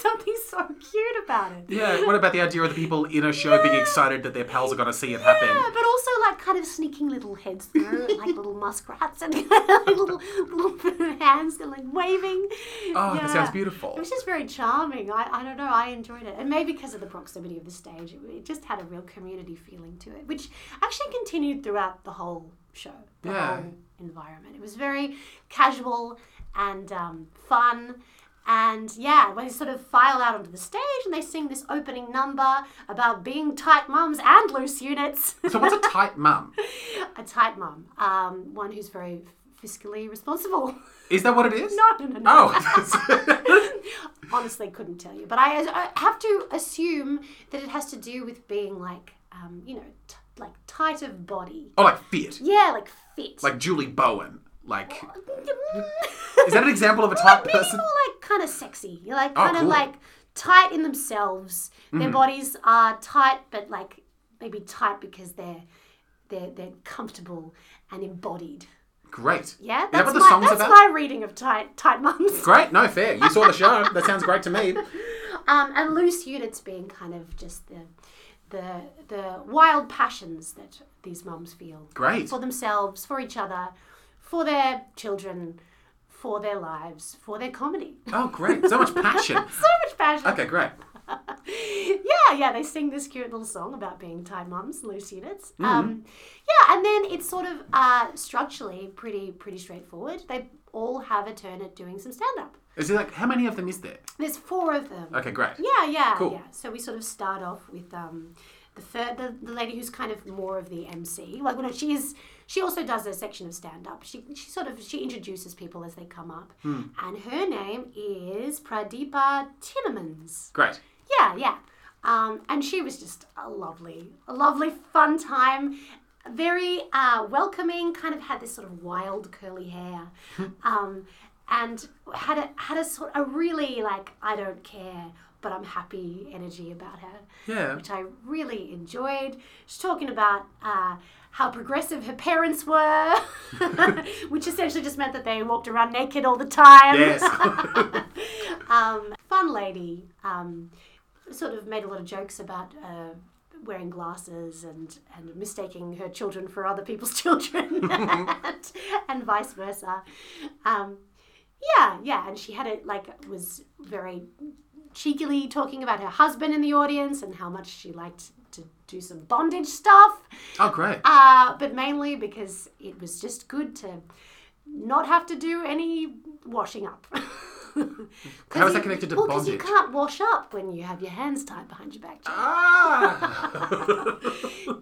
B: something so cute about it
A: yeah. What about the idea of the people in a show being excited that their pals are going to see it
B: Yeah,
A: happen?
B: but also like kind of sneaking little heads through, like little muskrats and like, little little hands and like waving.
A: Oh, that sounds
B: It
A: beautiful.
B: was just very charming. I, I don't know. I enjoyed it, and maybe because of the proximity of the stage, it, it just had a real community feeling to it, which actually continued throughout the whole show, the
A: Yeah.
B: whole environment. It was very casual and um, fun. And yeah, when they sort of file out onto the stage and they sing this opening number about being tight mums and loose units.
A: So what's a tight mum?
B: a tight mum, um, one who's very fiscally responsible.
A: Is that what it is?
B: no, no, no, no.
A: Oh.
B: Honestly, couldn't tell you, but I, I have to assume that it has to do with being like, um, you know, t- like tight of body.
A: oh, like fit.
B: Yeah, like fit.
A: Like Julie Bowen. Like,
B: is
A: is that an example of a tight
B: maybe
A: person?
B: more like kind of sexy. You're like
A: Oh,
B: kind of
A: cool. Mm-hmm.
B: like tight in themselves. Their bodies are tight, but like maybe tight because they're they're they're comfortable and embodied.
A: Great.
B: Yeah,
A: Is that
B: that's
A: what the
B: my
A: song's
B: that's
A: about?
B: my reading of tight tight mums.
A: Great. No, fair. You saw the show. That sounds great to me.
B: Um, and loose units being kind of just the the the wild passions that these mums feel
A: Great.
B: for themselves, for each other, for their children, for their lives, for their comedy.
A: Oh, great. So much passion.
B: So much passion.
A: Okay, great.
B: yeah, yeah, they sing this cute little song about being tight mums, loose units.
A: Mm-hmm.
B: Um, yeah, and then it's sort of uh, structurally pretty pretty straightforward. They all have a turn at doing some stand up.
A: Is it like, how many of them is there?
B: There's four of them.
A: Okay, great.
B: Yeah, yeah,
A: Cool.
B: yeah. So we sort of start off with um, the third, the, the lady who's kind of more of the MC. Like, well, she is. She also does a section of stand up. She she sort of she introduces people as they come up,
A: Hmm.
B: and her name is Pradeepa Tinnemans.
A: Great.
B: Yeah, yeah. Um, and she was just a lovely, a lovely, fun time. Very uh, welcoming. Kind of had this sort of wild curly hair, um, and had a had a sort a really like I don't care, but I'm happy energy about her
A: Yeah.
B: which I really enjoyed. She's talking about uh, how progressive her parents were, which essentially just meant that they walked around naked all the time.
A: Yes. Oh,
B: um, fun lady. Um, sort of made a lot of jokes about. Uh, Wearing glasses and, and mistaking her children for other people's children and, and vice versa. Um, yeah, yeah, and she had it like was very cheekily talking about her husband in the audience and how much she liked to do some bondage stuff.
A: Oh, great.
B: Uh, but mainly because it was just good to not have to do any washing up.
A: How is that connected to
B: well, Because you
A: bondage?
B: can't wash up when you have your hands tied behind your back. Jack.
A: Ah.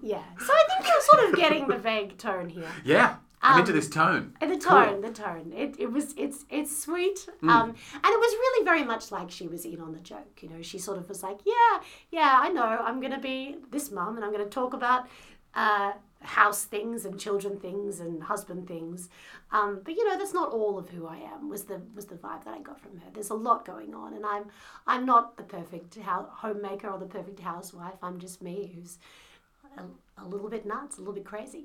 B: Yeah. So I think you're sort of getting the vague tone here.
A: yeah. I'm into this tone.
B: And the tone, the tone. It, it was it's it's sweet. Um, and it was really very much like she was in on the joke. You know, she sort of was like, yeah, yeah, I know. I'm gonna be this mum, and I'm gonna talk about uh, house things and children things and husband things. Um, but you know, that's not all of who I am. Was the was the vibe that I got from her. There's a lot going on, and I'm I'm not the perfect hou- homemaker or the perfect housewife. I'm just me, who's a, a little bit nuts, a little bit crazy.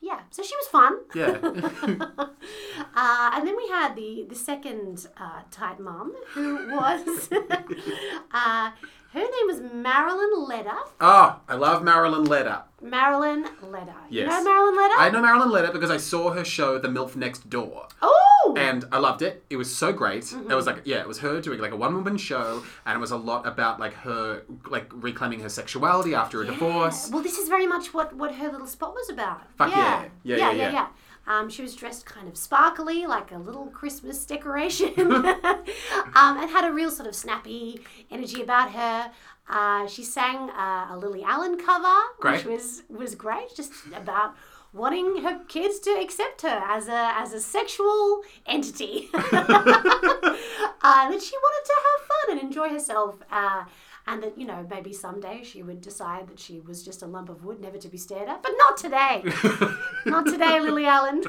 B: Yeah. So she was fun.
A: Yeah.
B: Uh, and then we had the the second uh, tight mum, who was uh, her name was Marilyn Leder.
A: Oh, I love Marilyn Leder.
B: Marilyn Leder. You
A: Yes.
B: know Marilyn Leder?
A: I know Marilyn Leder because I saw her show The MILF Next Door.
B: oh,
A: And I loved it. It was so great. It was like, yeah, it was her doing like a one woman show, and it was a lot about like her, like reclaiming her sexuality after a divorce.
B: Well, this is very much what what her little spot was about.
A: Fuck yeah. Yeah, yeah, yeah.
B: Um, she was dressed kind of sparkly, like a little Christmas decoration, um, and had a real sort of snappy energy about her. Uh, she sang uh, a Lily Allen cover,
A: Great.
B: which was was great, just about wanting her kids to accept her as a as a sexual entity. uh, that she wanted to have fun and enjoy herself, uh, and that you know maybe someday she would decide that she was just a lump of wood, never to be stared at. But not today, not today, Lily Allen.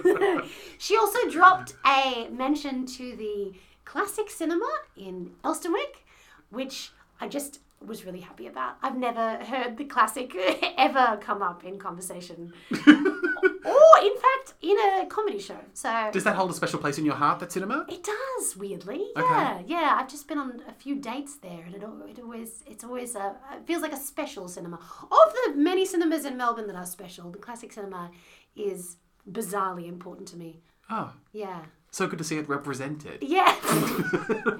B: she also dropped a mention to the classic cinema in Elstonwick, which I just was really happy about. I've never heard the classic ever come up in conversation, or in fact in a comedy show. So
A: Does that hold a special place in your heart, that cinema?
B: it does weirdly,
A: Okay.
B: yeah, yeah. I've just been on a few dates there, and it, al- it always it's always a it feels like a special cinema. Of the many cinemas in Melbourne that are special, the classic cinema is bizarrely important to me.
A: Oh,
B: Yeah,
A: so good to see it represented.
B: yeah.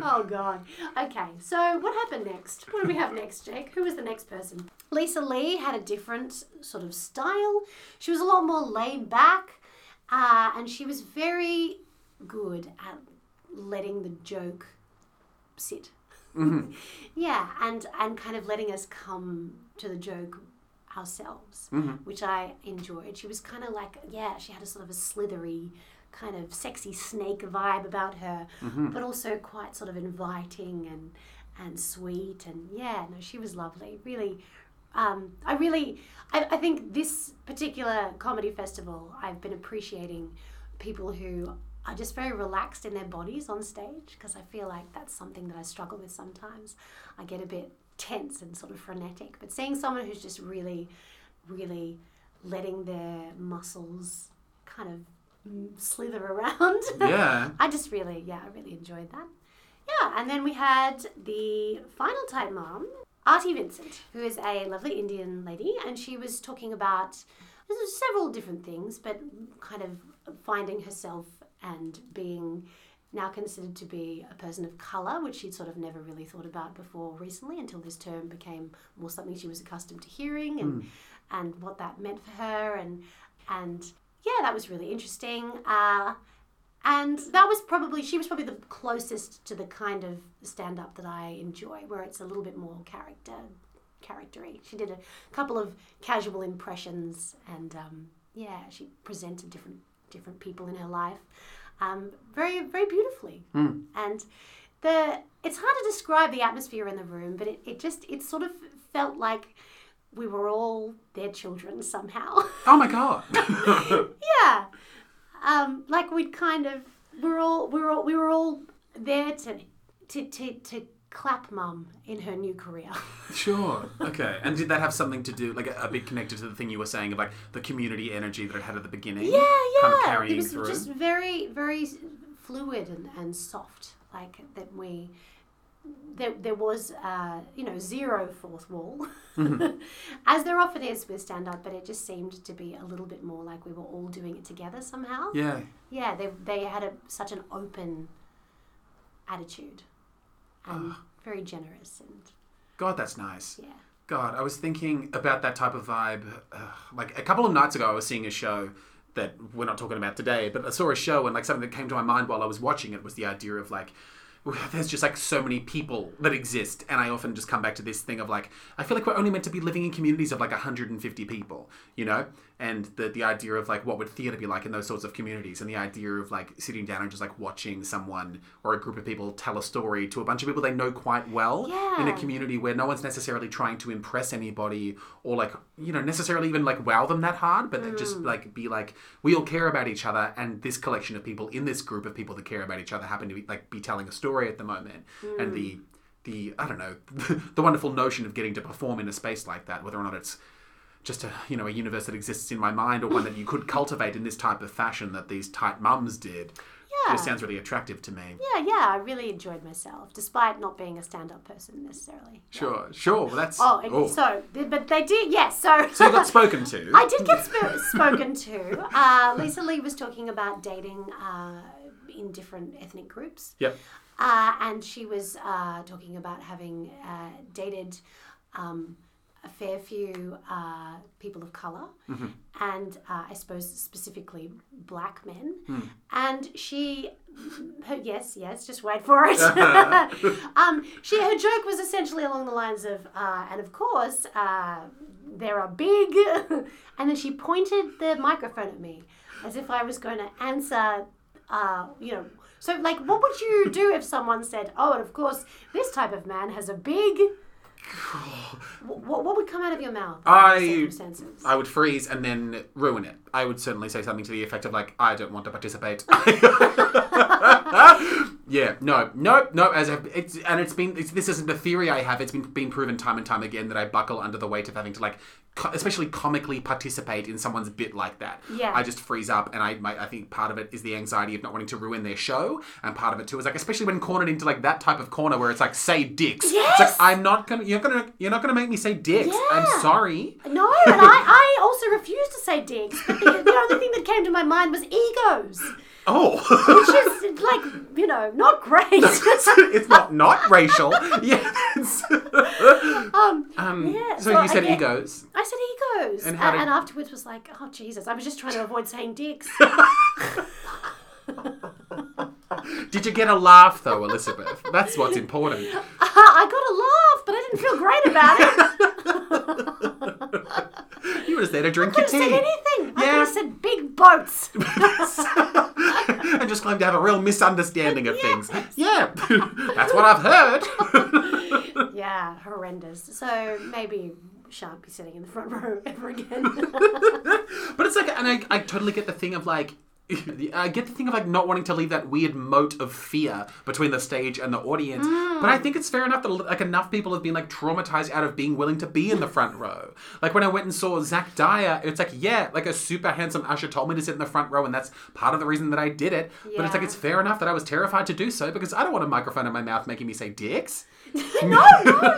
B: oh god. Okay, so what happened next? What do we have next, Jake? Who was the next person? Lisa Lee had a different sort of style. She was a lot more laid back, uh, and she was very good at letting the joke sit. Mm-hmm. yeah, and and kind of letting us come to the joke ourselves, which I enjoyed. She was kind of like yeah, she had a sort of a slithery kind of sexy snake vibe about her, but also quite sort of inviting and and sweet and yeah, no, she was lovely. Really, um, I really, I, I think this particular comedy festival, I've been appreciating people who are just very relaxed in their bodies on stage because I feel like that's something that I struggle with sometimes. I get a bit tense and sort of frenetic, but seeing someone who's just really, really letting their muscles kind of mm, slither around.
A: Yeah.
B: I just really, yeah, I really enjoyed that. Yeah, and then we had the final time mom, Artie Vincent, who is a lovely Indian lady, and she was talking about this is several different things, but kind of finding herself and being now considered to be a person of colour, which she'd sort of never really thought about before recently until this term became more something she was accustomed to hearing and and what that meant for her and and yeah, that was really interesting. Uh, And that was probably, she was probably the closest to the kind of stand up that I enjoy, where it's a little bit more character, charactery. She did a couple of casual impressions and um, yeah, she presented different, different people in her life um, very, very beautifully. And the, it's hard to describe the atmosphere in the room, but it, it just, it sort of felt like we were all their children somehow.
A: Oh my god.
B: yeah um, like we'd kind of we're all we're all we were all there to to to, to clap mum in her new career
A: sure. Okay. And did that have something to do, like a, a bit connected to the thing you were saying of like the community energy that it had at the beginning?
B: yeah yeah
A: Kind of carrying
B: it was
A: through.
B: just very very fluid and, and soft like that we there, there was uh, you know zero fourth wall
A: Mm-hmm.
B: as there often is with stand up but it just seemed to be a little bit more like we were all doing it together somehow
A: Yeah.
B: yeah, they they had a, such an open attitude and
A: Ah.
B: very generous and
A: God, that's nice.
B: yeah.
A: God, I was thinking about that type of vibe. Uh, like a couple of nights ago, I was seeing a show that we're not talking about today, but I saw a show and like something that came to my mind while I was watching it was the idea of like, there's just like so many people that exist, and I often just come back to this thing of like, I feel like we're only meant to be living in communities of like 150 people, you know, and the the idea of like what would theatre be like in those sorts of communities, and the idea of like sitting down and just like watching someone or a group of people tell a story to a bunch of people they know quite well in a
B: Yeah.
A: community community where no one's necessarily trying to impress anybody or like you know necessarily even like wow them that hard but just
B: Mm.
A: like be like we all care about each other and this collection of people in this group of people that care about each other happen to be like be telling a story at the moment and the
B: Mm.
A: the i don't know the wonderful notion of getting to perform in a space like that whether or not it's just a you know a universe that exists in my mind or one that you could cultivate in this type of fashion that these tight mums did
B: Yeah.
A: just sounds really attractive to me
B: Yeah, yeah, I really enjoyed myself despite not being a stand-up person necessarily.
A: sure sure well, that's
B: Oh, and
A: oh.
B: so but they did yes, so
A: So you got spoken to
B: I did get sp- spoken to. Uh, Lisa Lee was talking about dating uh, in different ethnic groups.
A: Yep.
B: Uh, and she was uh, talking about having uh, dated um, a fair few uh, people of color, and uh, I suppose specifically black men. And she, her, yes, yes, just wait for it. um, she, her joke was essentially along the lines of, uh, and of course, uh, there are big, and then she pointed the microphone at me as if I was going to answer uh, you know, so like, what would you do if someone said, "Oh, and of course, this type of man has a big"? What, what would come out of your mouth? in
A: I-
B: those circumstances.
A: I would freeze and then ruin it. I would certainly say something to the effect of like, I don't want to participate. yeah, no, no, no. As i it's and it's been it's, this isn't a theory I have. It's been been proven time and time again that I buckle under the weight of having to like, co- especially comically participate in someone's bit like that.
B: Yeah.
A: I just freeze up, and I my, I think part of it is the anxiety of not wanting to ruin their show, and part of it too is like especially when cornered into like that type of corner where it's like say dicks. It's like
B: Yes!
A: I'm not gonna you're gonna you're not gonna make me say dicks. I'm
B: Yeah.
A: sorry.
B: no, and I, I also refused to say dicks. But the, the only thing that came to my mind was egos,
A: Oh.
B: which is like you know not great.
A: it's not not racial. Yeah. it's-
B: um,
A: um,
B: yeah,
A: so, you said
B: again-
A: egos.
B: I said egos,
A: And
B: and,
A: how did-
B: and afterwards was like, oh Jesus, I was just trying to avoid saying dicks.
A: Did you get a laugh though, Elizabeth? That's what's important.
B: I got a laugh, but I didn't feel great about it.
A: You were just there to drink
B: could
A: your
B: have said
A: tea.
B: anything. I
A: Yeah.
B: could have said big boats.
A: and just claimed to have a real misunderstanding of things. Yeah, that's what I've heard.
B: yeah, horrendous. So maybe shan't be sitting in the front row ever again.
A: but it's like, and I, I totally get the thing of like, I get the thing of like not wanting to leave that weird moat of fear between the stage and the audience. But I think it's fair enough that like enough people have been like traumatized out of being willing to be in the front row. Like when I went and saw Zach Dyer, it's like yeah, like a super handsome usher told me to sit in the front row, and that's part of the reason that I did it. But it's like
B: Yeah.
A: it's fair enough that I was terrified to do so because I don't want a microphone in my mouth making me say dicks.
B: no, no,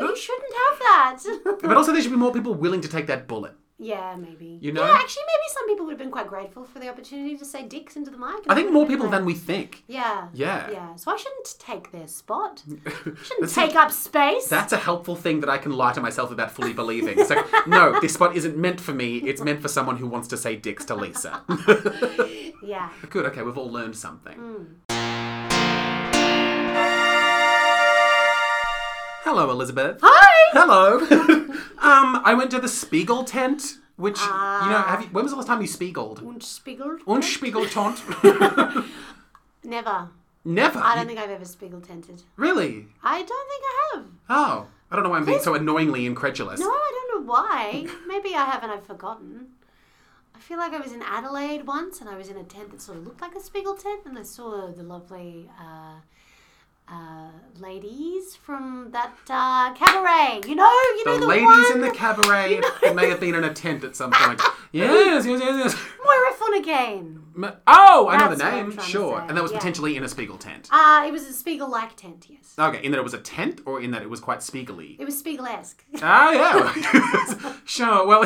B: you shouldn't have that.
A: But also there should be more people willing to take that bullet.
B: yeah, maybe.
A: You know?
B: Yeah, actually, maybe some people would have been quite grateful for the opportunity to say dicks into the mic.
A: I think more people than we think.
B: Yeah.
A: Yeah.
B: Yeah. So I shouldn't take their spot. I shouldn't
A: That's
B: take up space.
A: That's a helpful thing that I can lie to myself about fully believing. It's like, no, this spot isn't meant for me. It's meant for someone who wants to say dicks to Lisa.
B: Yeah.
A: Good, okay, we've all learned something. Hello, Elizabeth.
B: Hi.
A: Hello. um, I went to the Spiegel tent, which you
B: Ah.
A: know, have you, when was the last time you spiegeled?
B: Unspiegel.
A: Unspiegel tent.
B: Never.
A: Never.
B: I don't think I've ever spiegel tented.
A: really?
B: I don't think I have.
A: Oh, I don't know why I'm being so annoyingly incredulous.
B: No, I don't know why. Maybe I haven't. I've forgotten. I feel like I was in Adelaide once, and I was in a tent that sort of looked like a Spiegel tent, and I saw the lovely uh, uh, ladies from that uh, cabaret. You know, you know
A: The
B: the,
A: ladies
B: one.
A: in the cabaret that may have been in a tent at some point. yes, yes, yes, yes.
B: Moira Funagain.
A: M- Oh, I know
B: That's
A: the
B: what I'm
A: name.
B: trying to
A: Sure,
B: say,
A: and that was
B: yeah.
A: potentially in a Spiegel tent.
B: Uh, it was a Spiegel-like tent. Yes,
A: Okay, in that it was a tent, or in that it was quite spiegely.
B: it was Spiegel-esque.
A: Ah, yeah. sure. Well,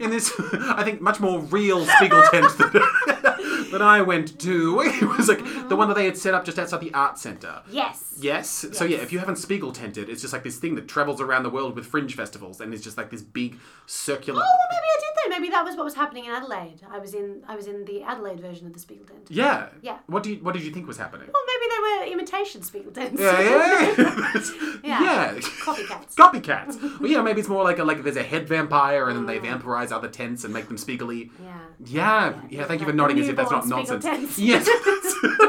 A: in this, I think, much more real Spiegel tent that, that I went to, it was like
B: Mm-hmm.
A: the one that they had set up just outside the art centre.
B: Yes.
A: Yes. So yeah,
B: Yes.
A: if you haven't Spiegel tented, it's just like this thing that travels around the world with fringe festivals, and it's just like this big circular.
B: Oh, well, maybe I did then. Maybe that was what was happening in Adelaide. I was in. I was in the Adelaide version of the Spiegel tent.
A: Yeah.
B: Yeah.
A: What do you What did you think was happening?
B: Well, maybe they were imitation Spiegel tents.
A: Yeah, yeah, yeah.
B: Yeah.
A: yeah.
B: Copycats.
A: Copycats. Well, yeah, maybe it's more like a, like there's a head vampire, and then they vampirize other tents and make them spiegely.
B: Mm. Yeah.
A: Yeah, yeah, thank you for
B: like
A: nodding as if that's not
B: newborn
A: nonsense.
B: Spiegel tents.
A: Yes.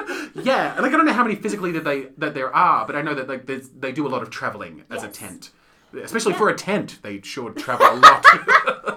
A: yeah, and like I don't know how many physically that they that there are, but I know that like there's, they do a lot of traveling as a
B: Yes.
A: tent. Especially for a tent, they sure travel a lot.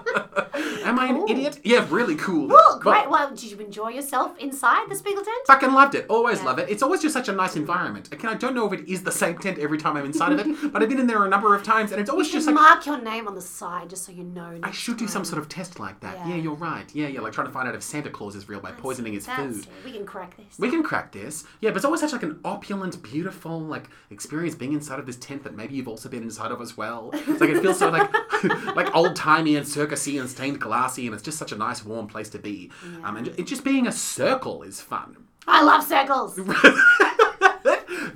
A: Am I an idiot? Yeah, really cool.
B: Well,
A: But
B: great. Well, did you enjoy yourself inside the Spiegel tent?
A: Fucking loved it. Always love it. It's always just such a nice environment. Again, I don't know if it is the same tent every time I'm inside of it, but I've been in there a number of times, and it's always just like
B: Mark your name on the side just so you know.
A: I should do some sort of test like that. Yeah.
B: Yeah.
A: you're right. Yeah, yeah, like trying to find out if Santa Claus is real by poisoning his
B: That's
A: food.
B: it. We can crack this.
A: We can crack this. Yeah, but it's always such like an opulent, beautiful like experience being inside of this tent that maybe you've also been inside of as well. It's like it feels so like like old timey and circusy and stained glassy, and it's just such a nice, warm place to be. Um, and ju- it just being a circle is fun.
B: I love circles.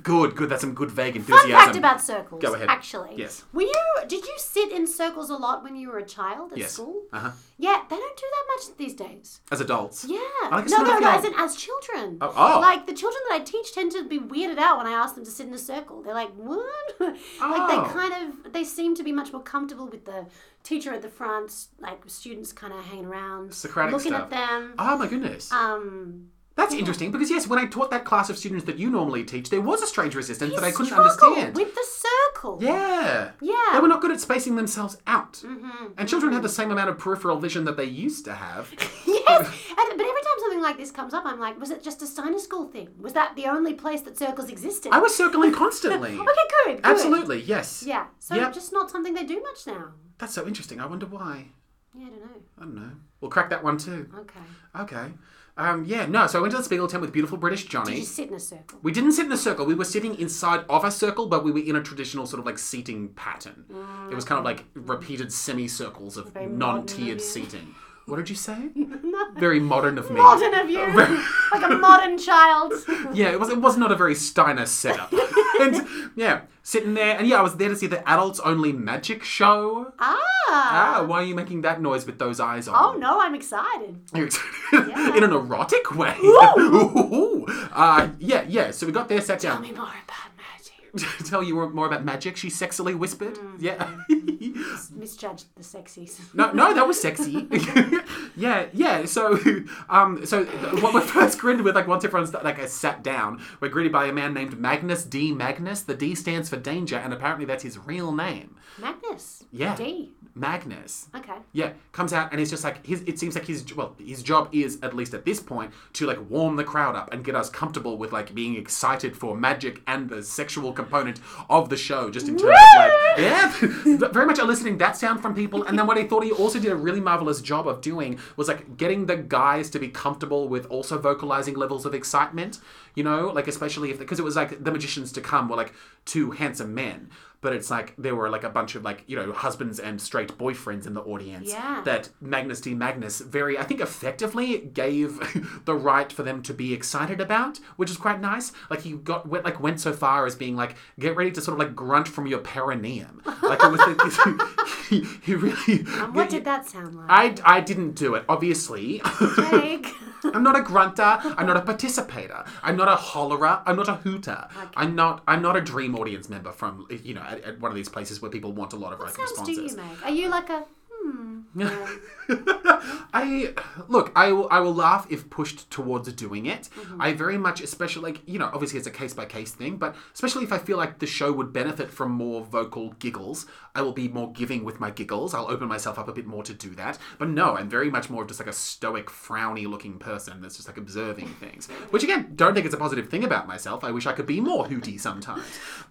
A: Good, good. That's some good vague
B: Fun
A: enthusiasm.
B: fact about circles.
A: Go ahead.
B: Actually,
A: Yes.
B: Were you? Did you sit in circles a lot when you were a child at
A: yes.
B: school?
A: Uh huh.
B: Yeah, they don't do that much these days.
A: As adults.
B: Yeah.
A: I guess
B: no,
A: some of
B: no, no.
A: the-
B: As in, as children.
A: Oh, oh.
B: Like the children that I teach tend to be weirded out when I ask them to sit in a circle. They're like, what? like
A: Oh.
B: they kind of they seem to be much more comfortable with the teacher at the front, like students kind of hanging around,
A: Socratic
B: looking
A: stuff.
B: at them.
A: Oh my goodness.
B: Um,
A: That's interesting because yes, when I taught that class of students that you normally teach, there was a strange resistance that I couldn't
B: struggle
A: understand.
B: with the circle.
A: Yeah.
B: Yeah. Mm.
A: They were not good at spacing themselves out. Mm-hmm. And children have the same amount of peripheral vision that they used to have.
B: Yes, and, but every time something like this comes up, I'm like, was it just a Steiner School thing? Was that the only place that circles existed?
A: I was circling constantly.
B: okay, good, good.
A: Absolutely, yes.
B: Oh Yeah, so
A: Yep.
B: just not something they do much now.
A: That's so interesting. I wonder why.
B: Yeah, I don't know.
A: I don't know. We'll crack that one too.
B: Okay.
A: Okay. Um, yeah, no, so I went to the Spiegel tent with beautiful British Johnny.
B: You just sit in a circle.
A: We didn't sit in a circle. We were sitting inside of a circle, but we were in a traditional sort of like seating pattern. It was kind of like repeated semicircles of non-tiered seating. What did you say? Very modern of me.
B: Modern of you, like a modern child.
A: Yeah, it was. It was not a very Steiner setup. and yeah, sitting there, and yeah, I was there to see the adults only magic show.
B: Ah.
A: Ah, why are you making that noise with those eyes on?
B: Oh no, I'm excited.
A: in an erotic way. Uh, yeah, yeah. So we got there, sat down.
B: Tell me more about magic.
A: tell you more about magic, she sexily whispered. Yeah.
B: Misjudged the sexies.
A: no, no, that was sexy. yeah, yeah. So, um, so th- what we're first greeted with, like once everyone's like uh, sat down, we're greeted by a man named Magnus D. Magnus. The D stands for danger, and apparently that's his real name.
B: Magnus.
A: Yeah.
B: D.
A: Magnus.
B: Okay.
A: Yeah, comes out and it's just like his. It seems like his well, his job is at least at this point to like warm the crowd up and get us comfortable with like being excited for magic and the sexual component of the show. Just in terms of like yeah, very much eliciting that sound from people. And then what I thought he also did a really marvelous job of doing was like getting the guys to be comfortable with also vocalizing levels of excitement. You know, like especially if because it was like the magicians to come were like two handsome men. But it's like there were like a bunch of like you know husbands and straight boyfriends in the audience
B: Yeah.
A: that Magnus D. Magnus very, I think, effectively gave the right for them to be excited about, which is quite nice. Like he got went like went so far as being like, get ready to sort of like grunt from your perineum. Like it was the, he, he really.
B: And what did that sound like?
A: I, I didn't do it, obviously.
B: Jake.
A: I'm not a grunter. I'm not a participator. I'm not a hollerer. I'm not a hooter. I'm not. I'm not a dream audience member from you know at, at one of these places where people want a lot of right
B: Sounds do
A: responses.
B: you make? Are you like a hmm?
A: I look. I will. I will laugh if pushed towards doing it. I very much, especially like you know, obviously it's a case by case thing, but especially if I feel like the show would benefit from more vocal giggles, I will be more giving with my giggles. I'll open myself up a bit more to do that. But no, I'm very much more of just like a stoic, frowny looking person that's just like observing things. Which again, don't think it's a positive thing about myself. I wish I could be more hooty sometimes.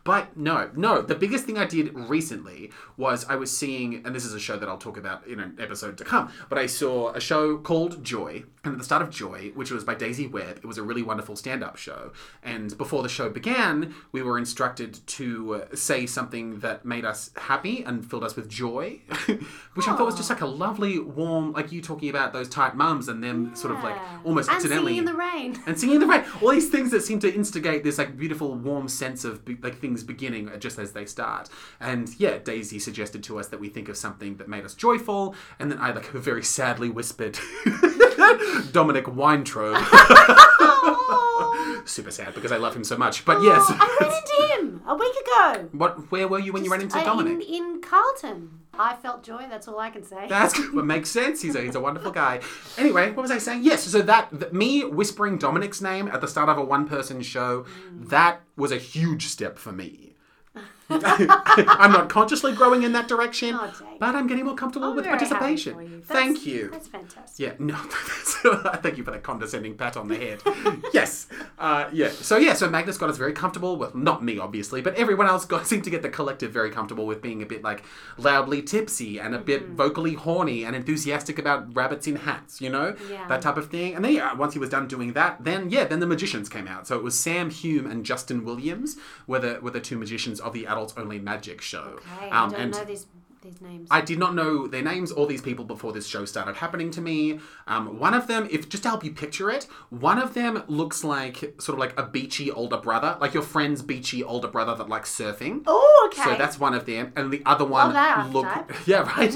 A: But no, no. The biggest thing I did recently was I was seeing, and this is a show that I'll talk about in an episode to come, but I saw a show called Joy. And at the start of Joy, which was by Daisy Webb, it was a really wonderful stand up show. And before the show began, we were instructed to uh, say something that made us happy and filled us with joy, which I thought was just like a lovely, warm, like you talking about those tight mums and them sort of like
B: Yeah.
A: almost
B: and
A: accidentally
B: singing in the rain.
A: and singing in the rain. All these things that seem to instigate this like beautiful, warm sense of be- like things beginning just as they start. And yeah, Daisy suggested to us that we think of something that made us joyful, and then I like very sadly whispered, Dominic Weintraub.
B: Oh,
A: Super sad because I love him so much. But yes,
B: I ran into him a week ago.
A: what? Where were you when you ran into
B: Uh,
A: Dominic?
B: in, in Carlton. I felt joy. That's all I can say.
A: That's what makes sense. He's a, he's a wonderful guy. Anyway, what was I saying? Yes, so that, th me whispering Dominic's name at the start of a one person show,
B: Mm.
A: that was a huge step for me. I'm not consciously growing in that direction,
B: Oh, Jake.
A: but I'm getting more comfortable
B: I'm
A: with
B: very happy
A: participation.
B: for you. That's-
A: Thank you.
B: That's fantastic.
A: Yeah, no, that's- thank you for that condescending pat on the head. yes, uh, yeah. So yeah, so Magnus got us very comfortable. Well, not me, obviously, but everyone else got seemed to get the collective very comfortable with being a bit like loudly tipsy and a bit
B: Mm-hmm.
A: vocally horny and enthusiastic about rabbits in hats. You know,
B: Yeah.
A: that type of thing. And then yeah, once he was done doing that, then yeah, then the magicians came out. So it was Sam Hume and Justin Williams were the were the two magicians of the Adults Only Magic Show.
B: Okay,
A: Um,
B: I don't
A: and-
B: know these these names.
A: I did not know their names, all these people, before this show started happening to me. Um, one of them, if just to help you picture it, one of them looks like sort of like a beachy older brother, like your friend's beachy older brother that likes surfing.
B: oh,
A: So
B: okay.
A: that's one of them, and the other one
B: that
A: look,
B: type.
A: yeah, right.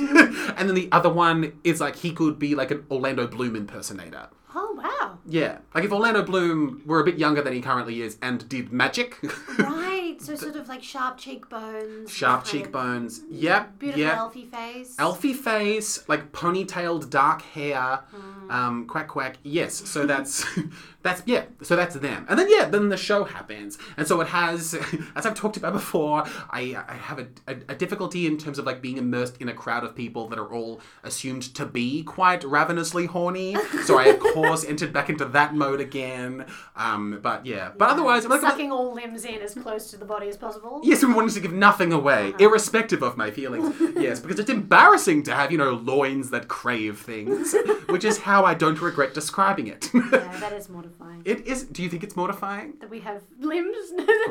A: and then the other one is like he could be like an Orlando Bloom impersonator.
B: oh wow.
A: Yeah, like if Orlando Bloom were a bit younger than he currently is and did magic,
B: Right. So sort of like sharp cheekbones.
A: sharp
B: kind of
A: cheekbones. Yep,
B: Beautiful
A: yep.
B: elfy face.
A: Elfie face, like ponytailed dark hair, um, quack quack. Yes, so that's that's yeah, so that's them. And then yeah, then the show happens, and so it has, as I've talked about before, I, I have a, a, a difficulty in terms of like being immersed in a crowd of people that are all assumed to be quite ravenously horny. So I of course entered back into that mode again. Um, but yeah, but otherwise, I'm like,
B: Sucking all limbs in as close to the body as possible.
A: Yes, we wanted to give nothing away,
B: Uh-huh.
A: irrespective of my feelings. yes, because it's embarrassing to have, you know, loins that crave things, which is how I don't regret describing it.
B: Yeah, that is mortifying.
A: it is. Do you think it's mortifying?
B: that we have limbs,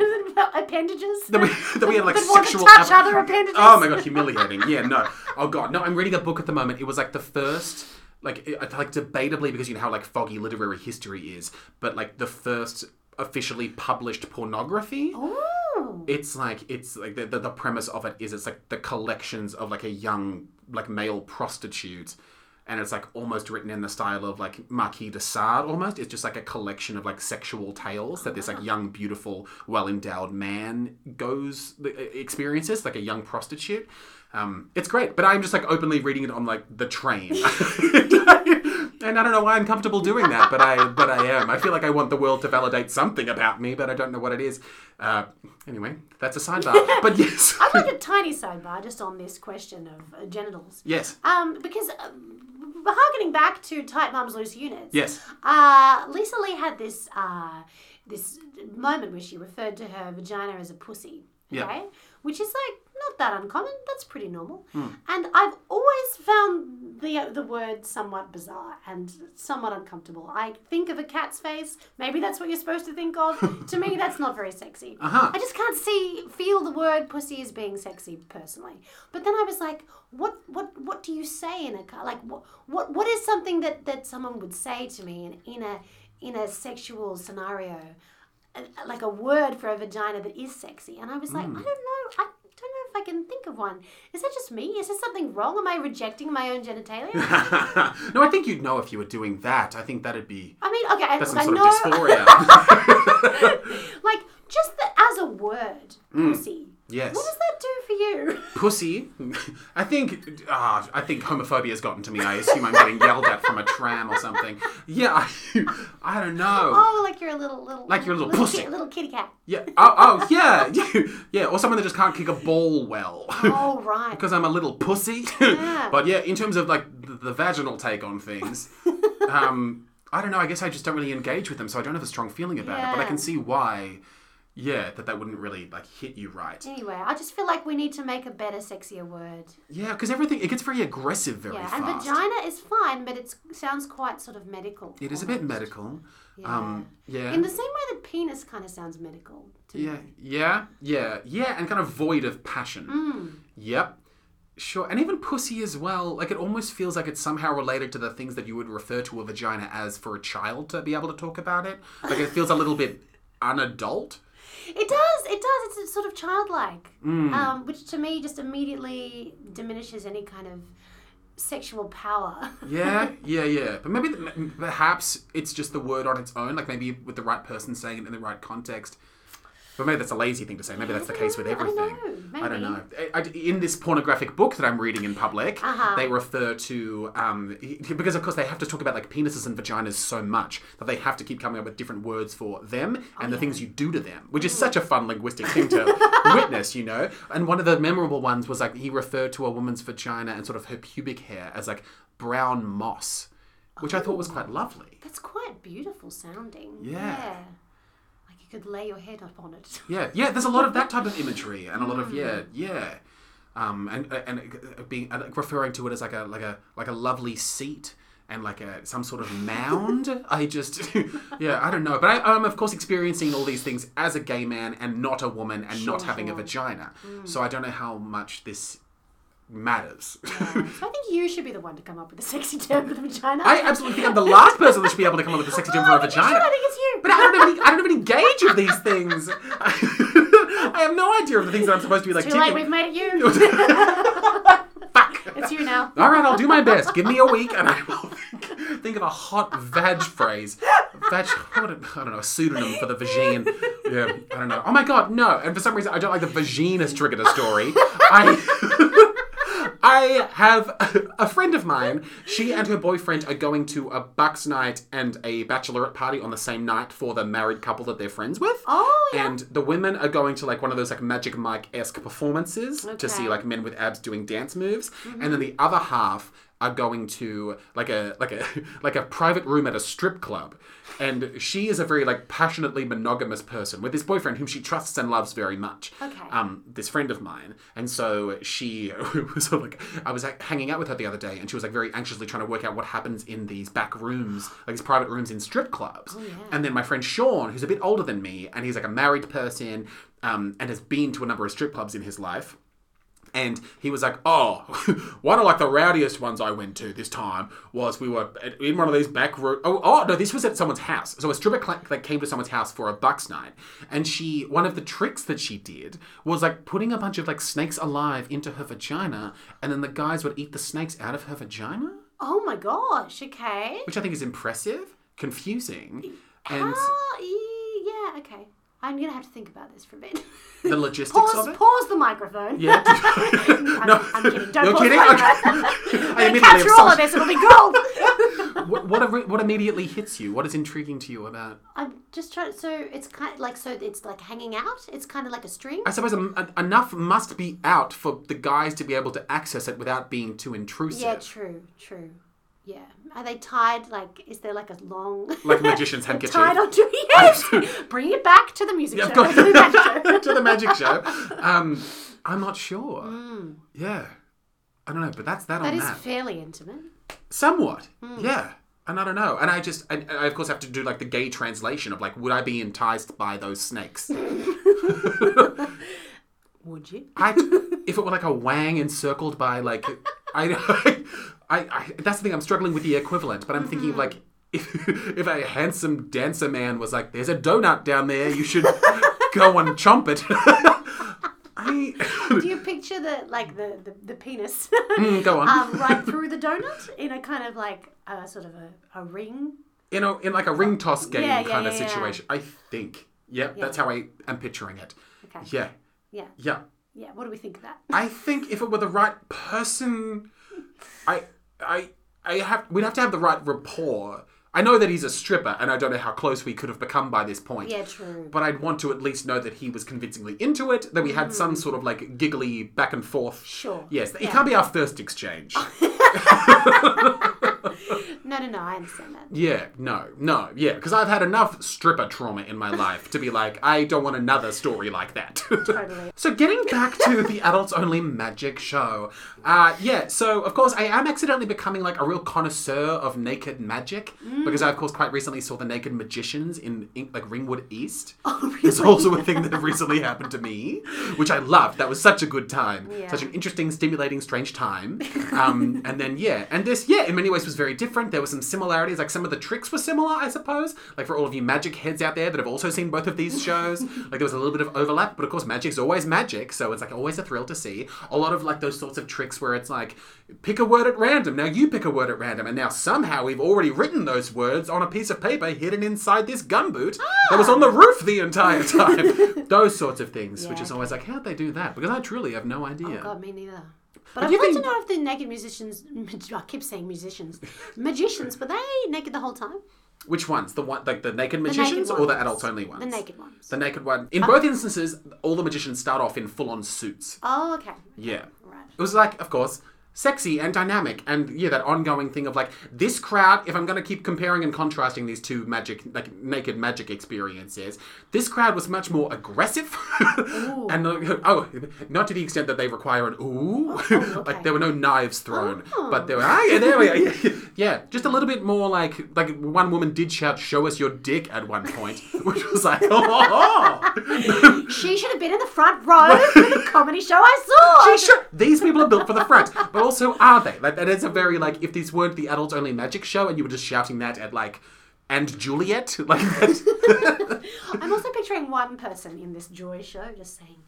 B: appendages.
A: That we, that we had like
B: that want to
A: sexual.
B: touch
A: app-
B: other appendages.
A: Oh my god, humiliating. Yeah, no. Oh god, no. I'm reading a book at the moment. It was like the first. Like, it- like debatably, because you know how like foggy literary history is, but like the first officially published pornography.
B: Ooh.
A: it's like it's like the, the, the premise of it is it's like the collections of like a young like male prostitute and it's like almost written in the style of like Marquis de Sade almost it's just like a collection of like sexual tales that this like young beautiful well endowed man goes e, experiences like a young prostitute um, it's great but I'm just like openly reading it on like the train and I don't know why I'm comfortable doing that, but I but I am. I feel like I want the world to validate something about me, but I don't know what it is. Uh, anyway, that's a sidebar. but yes,
B: I'd like a tiny sidebar just on this question of uh, genitals.
A: yes,
B: Um, because uh, harkening back to tight mums loose units.
A: yes.
B: Uh, Lisa Lee had this uh, this moment where she referred to her vagina as a pussy. Okay,
A: Yeah.
B: which is like not that uncommon. That's pretty normal.
A: Hmm.
B: And I've always found the the word somewhat bizarre and somewhat uncomfortable. I think of a cat's face. Maybe that's what you're supposed to think of. to me, that's not very sexy.
A: Uh-huh.
B: I just can't see feel the word pussy as being sexy personally. But then I was like, what what what do you say in a car? Like what what what is something that that someone would say to me in, in a in a sexual scenario?
A: Hmm.
B: Uh, Like a word for a vagina that is sexy, and I was like, I don't know, I don't know if I can think of one. Is that just me? Is there something wrong? Am I rejecting my own genitalia?
A: no, I think you'd know if you were doing that. I think that'd be
B: I mean, okay, I-
A: that's some
B: I
A: sort
B: know.
A: of dysphoria.
B: like just the, as a word, pussy.
A: Hmm. yes.
B: What does that do for you?
A: Pussy. I think ah, I think homophobia has gotten to me. I assume I'm getting yelled at from a tram or something. Yeah, I, I don't know.
B: Oh, like you're a little little
A: Like you're a little pussy.
B: ki- little kitty cat.
A: Yeah. Oh, oh yeah. yeah. Or someone that just can't kick a ball well.
B: Oh right.
A: because I'm a little pussy.
B: Yeah.
A: but yeah, in terms of like the, the vaginal take on things, um, I don't know. I guess I just don't really engage with them, so I don't have a strong feeling about it. But I
B: Yeah.
A: can see why, yeah, that that wouldn't really like hit you right.
B: Anyway, I just feel like we need to make a better, sexier word.
A: Yeah, because everything it gets very aggressive very
B: Yeah, and
A: fast.
B: vagina is fine, but it sounds quite sort of medical.
A: it is a bit medical. Yeah. Um, yeah.
B: In the same way that penis kind of sounds medical. To
A: yeah, yeah, yeah, yeah, and kind of void of passion. Yep. Sure, and even pussy as well. Like it almost feels like it's somehow related to the things that you would refer to a vagina as for a child to be able to talk about it. Like it feels a little bit unadult.
B: It does. It does. It's sort of childlike,
A: Mm.
B: um, which to me just immediately diminishes any kind of sexual power.
A: Yeah, yeah, yeah. But maybe, m- perhaps it's just the word on its own. Like maybe with the right person saying it in the right context. But maybe that's a lazy thing to say. Maybe that's the case with
B: I don't
A: everything.
B: know.
A: I don't
B: Maybe.
A: know. I- I- in this pornographic book that I'm reading in public,
B: Uh-huh.
A: they refer to um, because of course they have to talk about like penises and vaginas so much that they have to keep coming up with different words for them
B: Oh,
A: and the things you do to them, which is such a fun linguistic thing to witness, you know. And one of the memorable ones was like he referred to a woman's vagina and sort of her pubic hair as like brown moss, which I thought was quite lovely.
B: That's quite beautiful sounding.
A: Yeah.
B: Like you could lay your head upon it.
A: Yeah, yeah. There's a lot of that type of imagery and a lot of
B: Mm.
A: yeah, yeah, um, and and being and referring to it as like a like a like a lovely seat and like a some sort of mound. I just yeah, I don't know. But I, I'm of course experiencing all these things as a gay man and not a woman and not having a
B: sure. Mm.
A: vagina. So I don't know how much this matters.
B: Yeah. so I think you should be the one to come up with a sexy term for the vagina.
A: I absolutely think I'm the last person that should be able to come up with a sexy term for a vagina.
B: I think it's you.
A: But I don't have any, I don't have any gauge of these things. I have no idea of the things that I'm supposed to be like.
B: Too late,
A: ticking.
B: we've made it you.
A: Fuck.
B: it's you now.
A: All right, I'll do my best. Give me a week, and I will think, think of a hot vag phrase. Vag, what a, I don't know, a pseudonym for the vagine. Yeah, I don't know. Oh my god, no! And for some reason, I don't like the vagine has triggered a story. I. I have a friend of mine. She and her boyfriend are going to a bucks night and a bachelorette party on the same night for the married couple that they're friends with.
B: Oh, yeah.
A: And the women are going to like one of those like Magic Mike esque performances to see
B: Okay.
A: like men with abs doing dance moves, and then the other half are going to like a like a like a private room at a strip club. And she is a very like passionately monogamous person with this boyfriend whom she trusts and loves very much.
B: Okay.
A: Um, this friend of mine, and so she was sort of like I was like, hanging out with her the other day, and she was like very anxiously trying to work out what happens in these back rooms, like these private rooms in strip clubs. And then my friend Sean, who's a bit older than me, and he's like a married person, um, and has been to a number of strip clubs in his life. And he was like, "Oh, one of like the rowdiest ones I went to this time was we were at- in one of these back room. Oh, oh no, this was at someone's house. So a stripper cl- like came to someone's house for a bucks night, and she one of the tricks that she did was like putting a bunch of like snakes alive into her vagina, and then the guys would eat the snakes out of her vagina,
B: Oh my gosh, okay.
A: which I think is impressive, confusing, and
B: Oh, yeah, okay. I'm going to have to think about this for a bit.
A: the logistics of
B: pause,
A: it.
B: pause the microphone.
A: Yeah. no,
B: I'm kidding. Don't
A: You're
B: pause
A: kidding.
B: the
A: Okay. I
B: We'll
A: immediately
B: capture all
A: have
B: of
A: such-
B: this, it'll be gold.
A: what what, ar- what immediately hits you? What is intriguing to you about?
B: I'm just trying. So it's kind of like so it's like hanging out. It's kind of like a string.
A: I suppose em- en- enough must be out for the guys to be able to access it without being too intrusive,
B: Yeah, true, true. Yeah. Are they tied? Like, is there like a long
A: like a magician's handkerchief.
B: tied onto? Yes. Bring it back to the music
A: I've
B: show.
A: got-
B: to the magic show.
A: to the magic show. Um, I'm not sure. Yeah, I don't know, but that's that,
B: Hmm. That
A: on
B: is hmm.
A: that.
B: fairly intimate.
A: Somewhat. Yeah. And I don't know. And I just, and and I of course have to do like the gay translation of like, would I be enticed by those snakes?
B: Would you?
A: I, if it were like a wang encircled by like, I, I, I, that's the thing. I'm struggling with the equivalent, but I'm thinking of
B: Mm-hmm.
A: like, if, if a handsome dancer man was like, "There's a donut down there. You should go and chomp it." I,
B: Do you picture the like the the, the penis
A: Mm, go on.
B: um, right through the donut in a kind of like uh, sort of a, a ring?
A: in a in like a ring toss game
B: yeah,
A: kind of
B: yeah, yeah.
A: situation. I think. Yep, that's how I am picturing it.
B: Okay.
A: Yeah,
B: Yeah.
A: yeah.
B: Yeah. What do we think of that?
A: I think if it were the right person, I I I have we'd have to have the right rapport. I know that he's a stripper, and I don't know how close we could have become by this point.
B: Yeah. True.
A: But I'd want to at least know that he was convincingly into it, that we had some sort of like giggly back and forth.
B: Mm. Sure.
A: Yes, it
B: Yeah.
A: can't be our first exchange.
B: No, no, no. I understand that.
A: yeah, no, no, yeah, because I've had enough stripper trauma in my life to be like, I don't want another story like that.
B: Totally.
A: So getting back to the adults only magic show, uh, yeah. So of course I am accidentally becoming like a real connoisseur of naked magic because I of course quite recently saw the Naked Magicians in, in like Ringwood East.
B: Oh,
A: It's
B: really?
A: also a thing that recently happened to me, which I loved. That was such a good time,
B: Yeah.
A: such an interesting, stimulating, strange time. Um, and then yeah, and this yeah in many ways was very different. There were some similarities, like some of the tricks were similar, I suppose. Like for all of you magic heads out there that have also seen both of these shows, like there was a little bit of overlap. But of course, magic's always magic, so it's like always a thrill to see. A lot of like those sorts of tricks where it's like pick a word at random. Now you pick a word at random, and now somehow we've already written those words on a piece of paper hidden inside this gumboot that was on the roof the entire time. those sorts of things, which
B: Ah! Yeah, Oh,
A: is always like how'd they do that? Because I truly have no idea.
B: God, me neither. But,
A: But
B: I'd
A: you
B: like
A: think-
B: to know if the naked musicians, I keep saying musicians, magicians, were they naked the whole time?
A: Which ones? The one like the naked
B: naked
A: magicians or the
B: ones.
A: adults only ones?
B: The naked Uh-huh. ones.
A: The naked one. In both instances, all the magicians start off in full on suits.
B: Oh, okay.
A: Yeah.
B: Right.
A: It was like, of course, sexy and dynamic, and yeah, that ongoing thing of like this crowd. If I'm going to keep comparing and contrasting these two magic, like naked magic experiences, this crowd was much more aggressive, and uh, oh, not to the extent that they require an ooh. like there were no knives thrown, but there were ah yeah there we are yeah just a little bit more like like one woman did shout show us your dick at one point, which was like oh.
B: She should have been in the front row for the comedy show I saw.
A: She should. These people are built for the front, but also are they? Like that is a very like if these weren't the adult only magic show and you were just shouting that at like and Juliet like that,
B: I'm also picturing one person in this joy show just saying,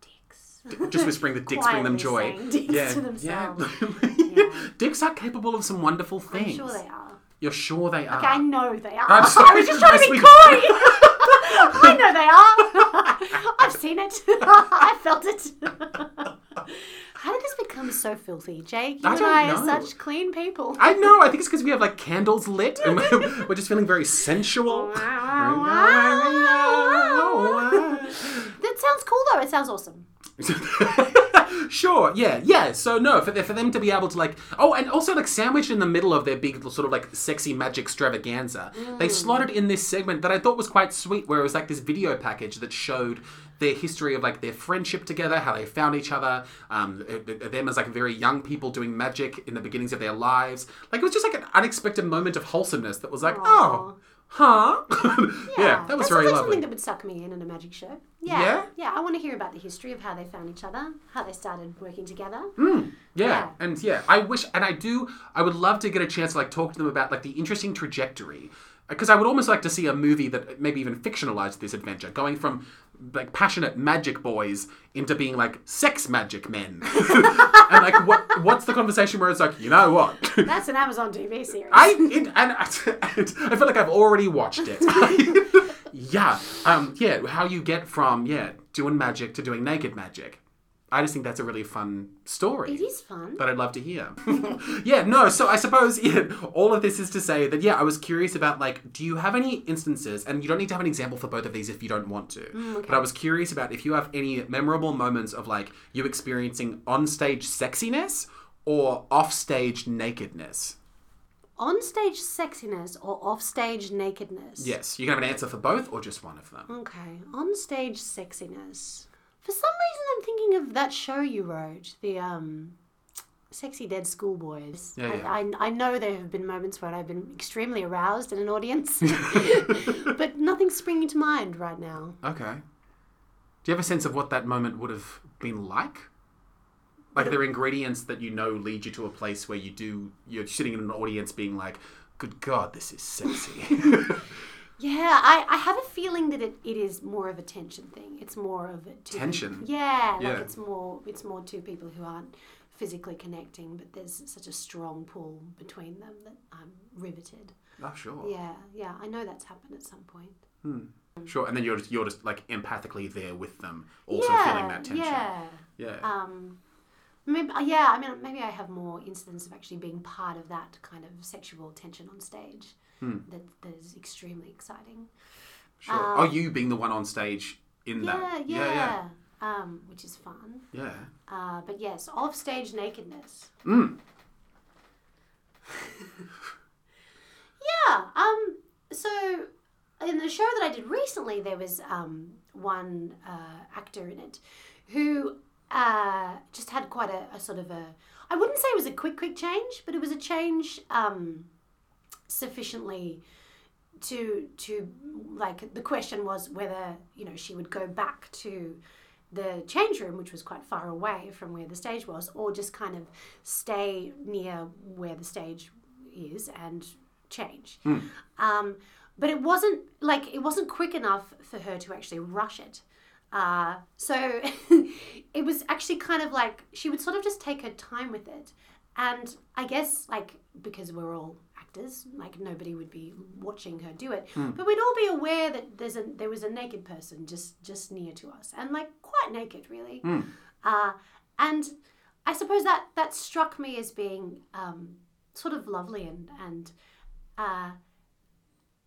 B: dicks.
A: just whispering the dicks bring them joy.
B: Quietly saying dicks to themselves.
A: yeah. Dicks are capable of some wonderful things.
B: Sure they are.
A: You're sure they are.
B: Okay, I know they are.
A: I'm
B: I
A: sorry,
B: was just trying to
A: yes,
B: be
A: we-
B: coy. I know they are. I've seen it. I felt it. How did this become so filthy, Jake? You
A: I
B: and
A: don't
B: I are
A: know.
B: such clean people.
A: I know. I think it's because we have like candles lit and we're just feeling very sensual.
B: Oh,
A: Oh,
B: That sounds cool, though. It sounds awesome.
A: sure, yeah, yeah. So no, for, the, for them to be able to like, oh, and also like sandwiched in the middle of their big sort of like sexy magic extravaganza,
B: Mm.
A: they slotted in this segment that I thought was quite sweet, where it was like this video package that showed their history of like their friendship together, how they found each other, um, th- th- them as like very young people doing magic in the beginnings of their lives. Like it was just like an unexpected moment of wholesomeness that was like,
B: Aw.
A: oh, huh, yeah, that was
B: sounds
A: very lovely.
B: like something that would suck me in in a magic show. Yeah,
A: Yeah?
B: yeah. I want to hear about the history of how they found each other, how they started working together.
A: Hmm. Yeah.
B: Yeah.
A: and yeah, I wish, and I do. I would love to get a chance to like talk to them about like the interesting trajectory, because I would almost like to see a movie that maybe even fictionalized this adventure, going from like passionate magic boys into being like sex magic men, and like what what's the conversation where it's like you know what.
B: That's an Amazon TV series.
A: I it, and I, I feel like I've already watched it. yeah, um, yeah. How you get from yeah doing magic to doing naked magic? I just think that's a really fun story
B: it is fun.
A: that I'd love to hear. yeah, no, so I suppose yeah, all of this is to say that, yeah, I was curious about, like, do you have any instances, and you don't need to have an example for both of these if you don't want to, but I was curious about if you have any memorable moments of, like, you experiencing onstage sexiness or offstage nakedness.
B: On stage sexiness or off stage nakedness?
A: Yes, you can have an answer for both or just one of them.
B: Okay, on stage sexiness. For some reason, I'm thinking of that show you wrote, the um, Sexy Dead Schoolboys.
A: Yeah, yeah.
B: I, I, I know there have been moments when I've been extremely aroused in an audience, but nothing's springing to mind right now.
A: Okay. Do you have a sense of what that moment would have been like? Like there are ingredients that you know lead you to a place where you do you're sitting in an audience being like, Good God, this is sexy.
B: Yeah, I, I have a feeling that it, it is more of a tension thing. It's more of a two
A: Tension?
B: yeah, like
A: Yeah.
B: it's more it's more two people who aren't physically connecting, but there's such a strong pull between them that I'm riveted.
A: Oh, sure.
B: Yeah, yeah, I know that's happened at some point.
A: Sure. And then you're just, you're just like empathically there with them, also
B: yeah,
A: feeling that tension.
B: Yeah.
A: Yeah.
B: Um, maybe, yeah, I mean, maybe I have more incidents of actually being part of that kind of sexual tension on stage
A: Hmm.
B: that, that is extremely exciting.
A: sure. oh, you being the one on stage in
B: Yeah,
A: that.
B: uh, yeah.
A: Yeah.
B: Um, which is fun.
A: Yeah. yeah.
B: Uh, but yes, off stage nakedness.
A: Mm.
B: Yeah. Um. So, in the show that I did recently, there was um one uh, actor in it who uh just had quite a, a sort of a I wouldn't say it was a quick quick change, but it was a change um sufficiently to to like the question was whether you know she would go back to the change room which was quite far away from where the stage was or just kind of stay near where the stage is and change um, but it wasn't like it wasn't quick enough for her to actually rush it uh, so it was actually kind of like she would sort of just take her time with it and i guess like because we're all actors like nobody would be watching her do it but we'd all be aware that there's a there was a naked person just just near to us and like quite naked really uh, and i suppose that that struck me as being um, sort of lovely and and uh,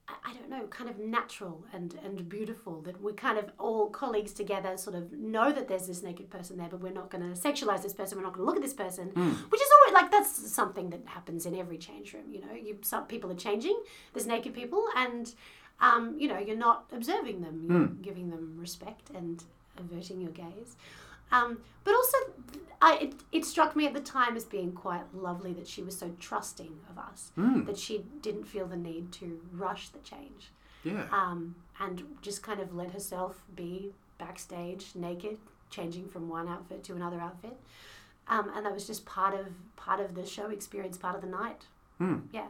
B: I- I don't know, kind of natural and, and beautiful that we're kind of all colleagues together, sort of know that there's this naked person there, but we're not going to sexualize this person, we're not going to look at this person, which is always like that's something that happens in every change room. You know, you some people are changing, there's naked people, and um, you know you're not observing them, you're giving them respect and averting your gaze. Um, but also, I, it, it struck me at the time as being quite lovely that she was so trusting of us,
A: Hmm.
B: that she didn't feel the need to rush the change
A: Yeah.
B: um, and just kind of let herself be backstage naked, changing from one outfit to another outfit. Um, and that was just part of part of the show experience, part of the night.
A: Hmm.
B: Yeah.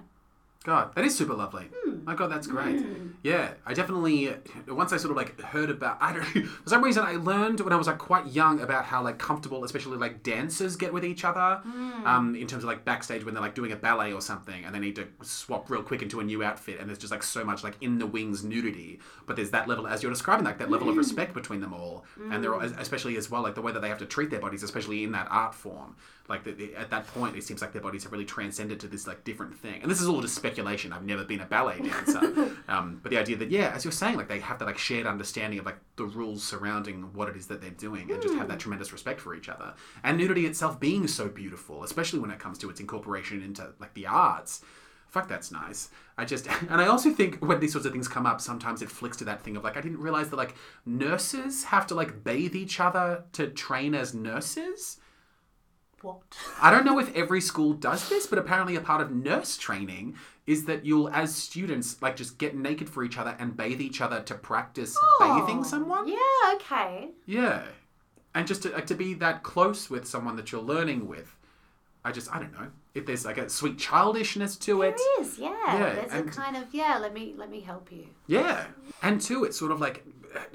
A: God, that is super lovely. My God, that's great. Yeah, I definitely once I sort of like heard about I don't know for some reason I learned when I was like quite young about how like comfortable especially like dancers get with each other um, in terms of like backstage when they're like doing a ballet or something and they need to swap real quick into a new outfit and there's just like so much like in the wings nudity but there's that level as you're describing like that level of respect between them all and they're all- especially as well like the way that they have to treat their bodies especially in that art form like the, the- at that point it seems like their bodies have really transcended to this like different thing and this is all just speculation i've never been a ballet dancer um, but the idea that yeah as you're saying like they have that like shared understanding of like the rules surrounding what it is that they're doing and just have that tremendous respect for each other and nudity itself being so beautiful especially when it comes to its incorporation into like the arts fuck that's nice i just and i also think when these sorts of things come up sometimes it flicks to that thing of like i didn't realize that like nurses have to like bathe each other to train as nurses
B: What?
A: I don't know if every school does this, but apparently a part of nurse training is that you'll, as students, like just get naked for each other and bathe each other to practice
B: Oh.
A: bathing someone.
B: Yeah. Okay.
A: Yeah. And just to, like, to be that close with someone that you're learning with. I just, I don't know. If there's like a sweet childishness to it.
B: There is. Yeah.
A: Yeah,
B: There's
A: and-
B: a kind of yeah. Let me let me help you.
A: Yeah. And two, it's sort of like,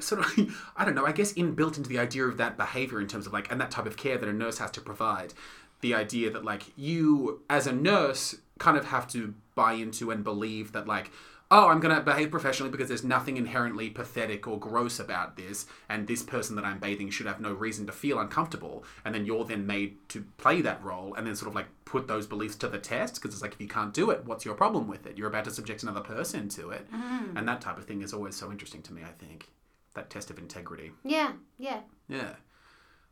A: sort of, I don't know, I guess inbuilt into the idea of that behavior in terms of like, and that type of care that a nurse has to provide. The idea that like you, as a nurse, kind of have to buy into and believe that like, oh, I'm going to behave professionally because there's nothing inherently pathetic or gross about this, and this person that I'm bathing should have no reason to feel uncomfortable. And then you're then made to play that role and then sort of like put those beliefs to the test because it's like, if you can't do it, what's your problem with it? You're about to subject another person to it. And that type of thing is always so interesting to me, I think. That test of integrity.
B: Yeah. Yeah.
A: Yeah.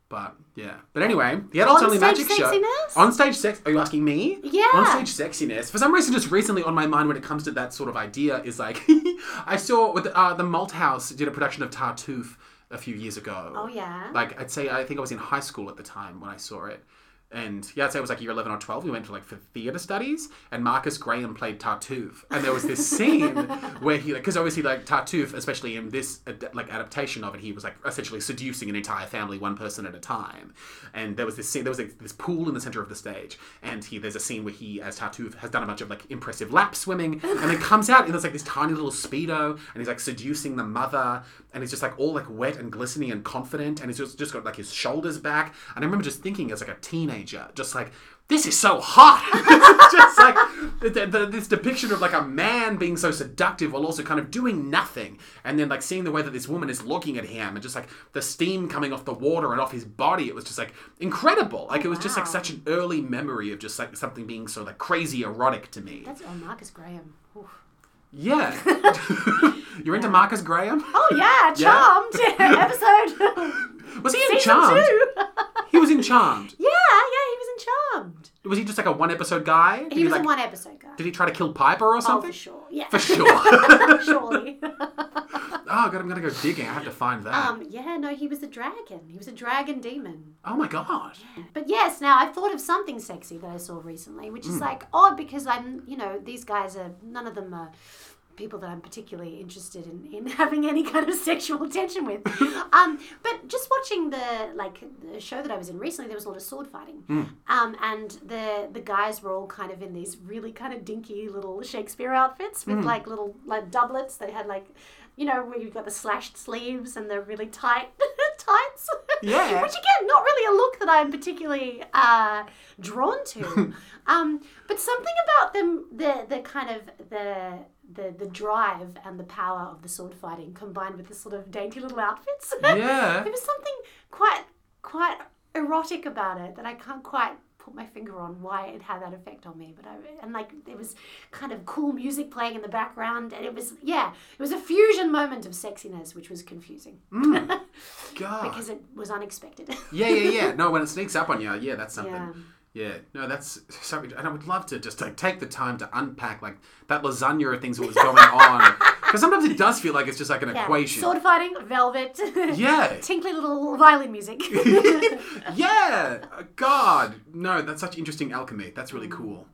A: But yeah. But anyway, the Adults Only
B: On-stage
A: Magic Show.
B: sexiness?
A: On stage sex. Are you asking me?
B: Yeah.
A: On stage sexiness. For some reason, just recently on my mind when it comes to that sort of idea is like, I saw with uh, the Malthouse did a production of Tartuffe a few years ago.
B: Oh yeah.
A: Like I'd say I think I was in high school at the time when I saw it. And yeah, I'd say it was like year 11 or 12. We went to like for theatre studies, and Marcus Graham played Tartuffe. And there was this scene where he, because obviously, like Tartuffe, especially in this ad- like adaptation of it, he was like essentially seducing an entire family, one person at a time. And there was this scene, there was like, this pool in the center of the stage, and he, there's a scene where he, as Tartuffe, has done a bunch of like impressive lap swimming, and then comes out and there's like this tiny little speedo, and he's like seducing the mother, and he's just like all like wet and glistening and confident, and he's just, just got like his shoulders back. And I remember just thinking as like a teenager, just like this is so hot. It's just like the, the, this depiction of like a man being so seductive while also kind of doing nothing, and then like seeing the way that this woman is looking at him, and just like the steam coming off the water and off his body, it was just like incredible. Like it was just like
B: wow.
A: such an early memory of just like something being so like crazy erotic to me.
B: That's oh, Marcus Graham. Oof.
A: Yeah. You're into Marcus Graham?
B: Oh yeah, Charmed episode.
A: Was he in
B: Season
A: Charmed?
B: two.
A: He was in Charmed.
B: yeah, yeah, he was in Charmed.
A: Was he just like a one episode guy? Did
B: He was
A: like,
B: in one episode guy.
A: Did he try to kill Piper or
B: Oh, for
A: something?
B: sure. Yeah.
A: For sure.
B: Surely.
A: oh god, I'm gonna go digging. I have to find that.
B: Um, yeah, no, he was a dragon. He was a dragon demon.
A: oh my god.
B: But yes, now I've thought of something sexy that I saw recently, which is like odd because I'm, you know, these guys are, none of them are people that I'm particularly interested in, in having any kind of sexual tension with. um, but just watching the, like, the show that I was in recently, there was a lot of sword fighting. Um, and the, the guys were all kind of in these really kind of dinky little Shakespeare outfits with like little, like doublets. They had like, you know, where you've got the slashed sleeves and the really tight tights.
A: Yeah.
B: Which again, not really a look that I'm particularly uh, drawn to. um, but something about them, the the kind of the the the drive and the power of the sword fighting combined with the sort of dainty little outfits.
A: Yeah.
B: there was something quite quite erotic about it that I can't quite put my finger on why it had that effect on me but I and like there was kind of cool music playing in the background and it was yeah it was a fusion moment of sexiness which was confusing
A: God.
B: because it was unexpected
A: yeah, yeah, yeah. No, when it sneaks up on you, yeah, that's something.
B: Yeah.
A: Yeah. no, that's so. And I would love to just like take the time to unpack like that lasagna of things that was going on, because sometimes it does feel like it's just like an
B: Yeah.
A: equation.
B: Sword fighting, velvet,
A: yeah,
B: tinkly little violin music.
A: yeah, God, no, that's such interesting alchemy. That's
B: Mm.
A: really cool.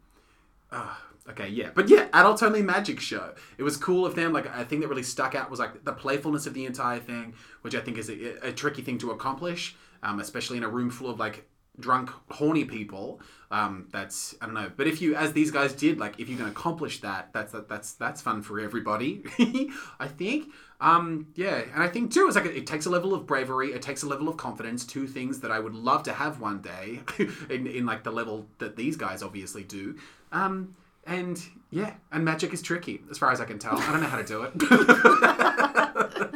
A: Uh, okay, yeah, but yeah, adults only magic show. It was cool of them. Like a thing that really stuck out was like the playfulness of the entire thing, which I think is a, a tricky thing to accomplish, um, especially in a room full of like drunk, horny people. Um, that's I don't know, but if you, as these guys did, like if you can accomplish that, that's that, that's that's fun for everybody. I think. Um, yeah, and I think too, it's like it, it takes a level of bravery, it takes a level of confidence. Two things that I would love to have one day, in, in like the level that these guys obviously do. Um, and yeah, and magic is tricky, as far as I can tell. I don't know how to do